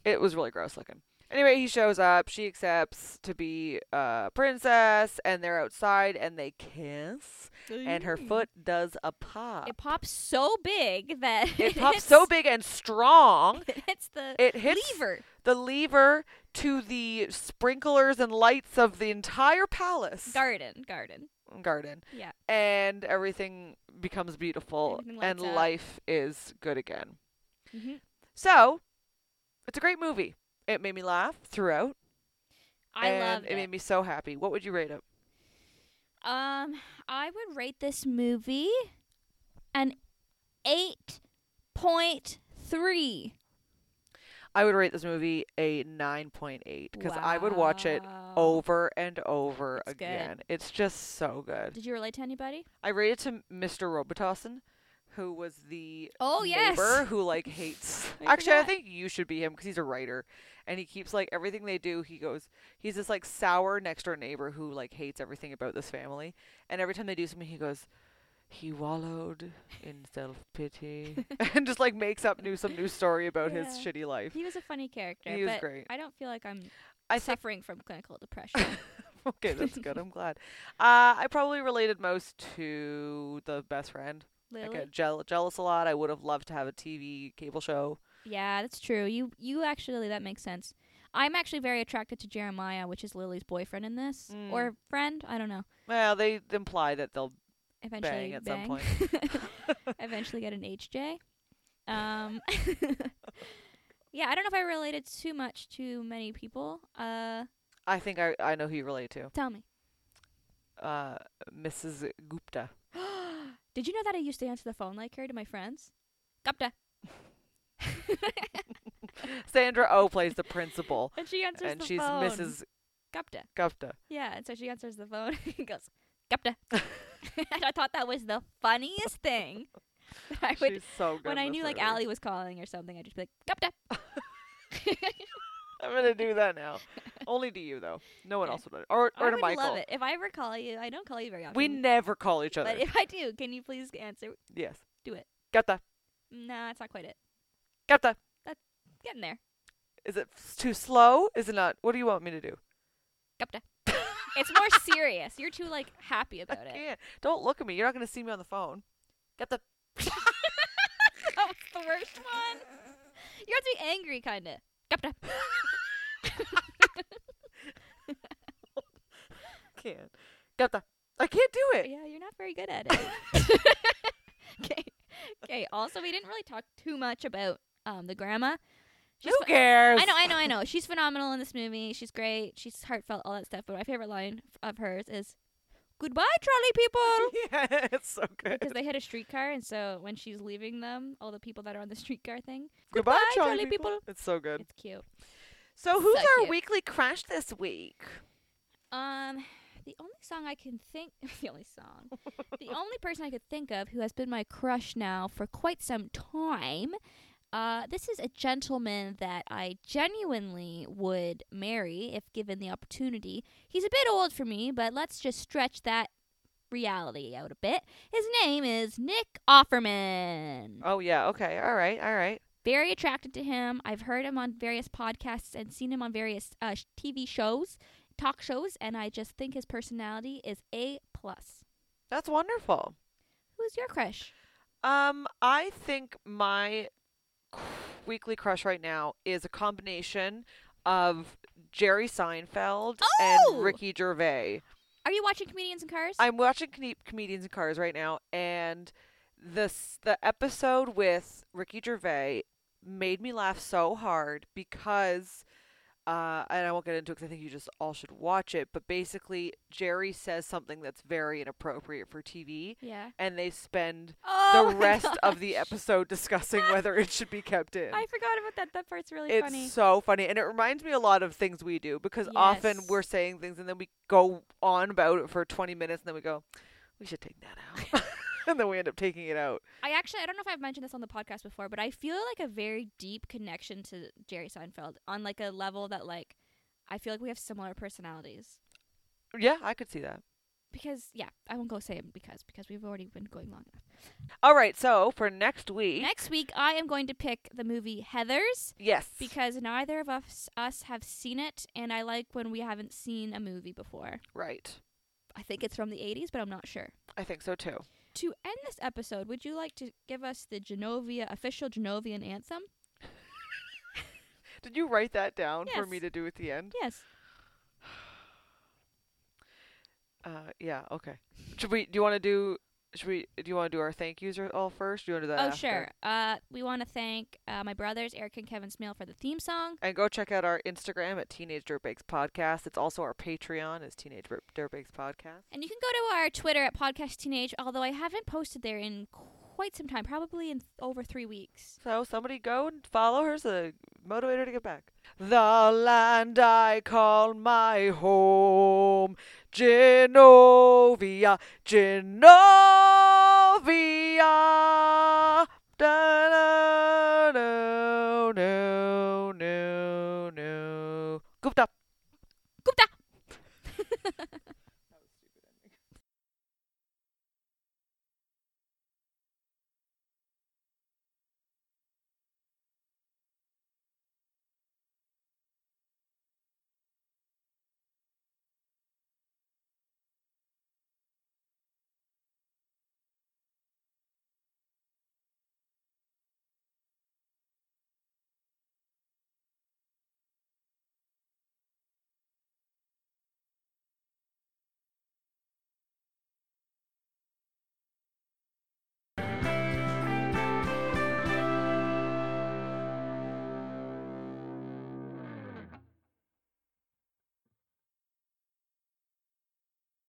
A: It was really gross looking. Anyway, he shows up. She accepts to be a princess, and they're outside and they kiss. And her foot does a pop.
B: It pops so big that
A: It pops so big and strong.
B: It hits the
A: It hits
B: lever.
A: the lever to the sprinklers and lights of the entire palace.
B: Garden, garden.
A: garden
B: Yeah.
A: and everything becomes beautiful
B: Everything
A: and
B: lights up.
A: life is good again.
B: hmm
A: So, it's a great movie. It made me laugh throughout.
B: I
A: and
B: love
A: it.
B: it.
A: made me so happy. What would you rate it?
B: Um, I would rate this movie an eight point three.
A: I would rate this movie a 9.8 because I would watch it over and over
B: That's good.
A: again. It's just so good.
B: Did you relate to anybody?
A: I rated to Mr. Robitussin, who was the
B: Oh yes.
A: neighbor who like hates.
B: I
A: Actually, I
B: forgot.
A: think you should be him because he's a writer, and he keeps like everything they do. He goes, he's this like sour next door neighbor who like hates everything about this family, and every time they do something, he goes. He wallowed in self pity and just like makes up new some new story about his
B: Yeah.
A: shitty life.
B: He was a funny character.
A: He was
B: but
A: great.
B: I don't feel like I'm
A: I think
B: suffering from clinical depression.
A: okay, that's good. I'm glad. Uh, I probably related most to the best friend. I
B: Lily.
A: got jeal- jealous a lot. I would have loved to have a TV cable show.
B: Yeah, that's true. You you actually that makes sense. I'm actually very attracted to Jeremiah, which is Lily's boyfriend in this
A: Mm.
B: or friend. I don't know.
A: Well, they imply that they'll
B: Eventually,
A: bang at some point.
B: eventually get an HJ. Um, yeah, I don't know if I related too much to many people. Uh,
A: I think I, I know who you relate to.
B: tell me.
A: Uh, Mrs. Gupta.
B: Did you know that I used to answer the phone like her to my friends? Gupta.
A: Sandra O oh plays the principal,
B: And she answers
A: and
B: the
A: she's
B: phone.
A: Mrs.
B: Gupta.
A: Gupta.
B: Yeah, and so she answers the phone and goes, Gupta. and I thought that was the funniest thing. that I would,
A: she's so good.
B: when
A: in
B: I
A: this
B: knew like
A: movie.
B: Allie was calling or something, I'd just be like, Gupta.
A: I'm gonna do that now. Only to you though. No one
B: Okay.
A: else would. Or
B: I
A: or to
B: would
A: Michael.
B: love it. If I ever call you, I don't call you very often.
A: We never call each other.
B: But if I do, can you please answer?
A: yes.
B: do it.
A: Gupta.
B: Nah, that's not quite it.
A: Gupta.
B: Getting there.
A: Is it f- too slow? Is it not? What do you want me to do?
B: Gupta. It's more serious. You're too like happy
A: I
B: about it.
A: can't. Don't look at me. You're not gonna see me on the phone. Get the.
B: that was the worst one. You have to be angry, kinda. Gupta.
A: Can't. Get the. I can't do it.
B: Yeah, you're not very good at it. Okay. Okay. Also, we didn't really talk too much about um the grandma. She's
A: Who
B: ph-
A: cares?
B: I know, I know, I know. She's phenomenal in this movie. She's great. She's heartfelt, all that stuff. But my favorite line f- of hers is, "Goodbye, trolley people."
A: yeah, it's so good.
B: because they hit a streetcar, and so when she's leaving them, all the people that are on the streetcar thing,
A: Goodbye,
B: "Goodbye,
A: Charlie,
B: Charlie
A: people.
B: people.
A: It's so good.
B: it's cute.
A: So who's
B: so
A: our
B: cute.
A: weekly crush this week?
B: Um, the only song I can think, the only song, the only person I could think of who has been my crush now for quite some time. Uh, this is a gentleman that I genuinely would marry if given the opportunity. He's a bit old for me, but let's just stretch that reality out a bit. His name is Nick Offerman.
A: Oh yeah. Okay. All right. All right.
B: very attracted to him. I've heard him on various podcasts and seen him on various uh, sh- TV shows, talk shows, and I just think his personality is a plus.
A: That's wonderful.
B: Who's your crush?
A: Um, I think my c- weekly crush right now is a combination of Jerry Seinfeld
B: Oh!
A: and Ricky Gervais.
B: Are you watching Comedians in Cars?
A: I'm watching Cone- Comedians in Cars right now, and this the episode with Ricky Gervais made me laugh so hard because, uh, and I won't get into it because I think you just all should watch it. But basically, Jerry says something that's very inappropriate for TV,
B: yeah.
A: and they spend
B: Oh,
A: the
B: my
A: rest of the
B: gosh.
A: episode discussing whether it should be kept in.
B: I forgot about that. That part's really
A: it's
B: funny.
A: so funny, and it reminds me a lot of things we do because often
B: Yes.
A: we're saying things and then we go on about it for 20 minutes, and then we go, "We should take that out," and then we end up taking it out.
B: I actually, I don't know if I've mentioned this on the podcast before, but I feel like a very deep connection to Jerry Seinfeld on like a level that like I feel like we have similar personalities.
A: Yeah, I could see that.
B: Because yeah, I won't go say because because we've already been going long enough.
A: All right, so for next week,
B: Next week, I am going to pick the movie Heather's
A: yes,
B: because neither of us us have seen it, and I like when we haven't seen a movie before.
A: right,
B: I think it's from the 80s, but I'm not sure.
A: I think so too.
B: To end this episode, would you like to give us the Genovia official Genovian anthem?
A: Did you write that down for
B: Yes.
A: me to do at the end?
B: Yes.
A: Uh, yeah. Okay. Should we? Do you want to do? Should we? Do you want to do our thank yous or all first? Do you want to do that?
B: oh
A: after?
B: sure. Uh, we want to thank uh, my brothers Eric and Kevin Smill for the theme song.
A: And go check out our Instagram at Teenage Dirtbags Podcast. It's also our Patreon is Teenage Bir- Dirtbags Podcast.
B: And you can go to our Twitter at Podcast Teenage, although I haven't posted there in quite some time, probably in over three weeks.
A: So somebody go and follow her. It's a motivator to get back. The land I call my home, Genovia, Genovia. Da, da, no, no, no, no. Gupta.
B: Gupta!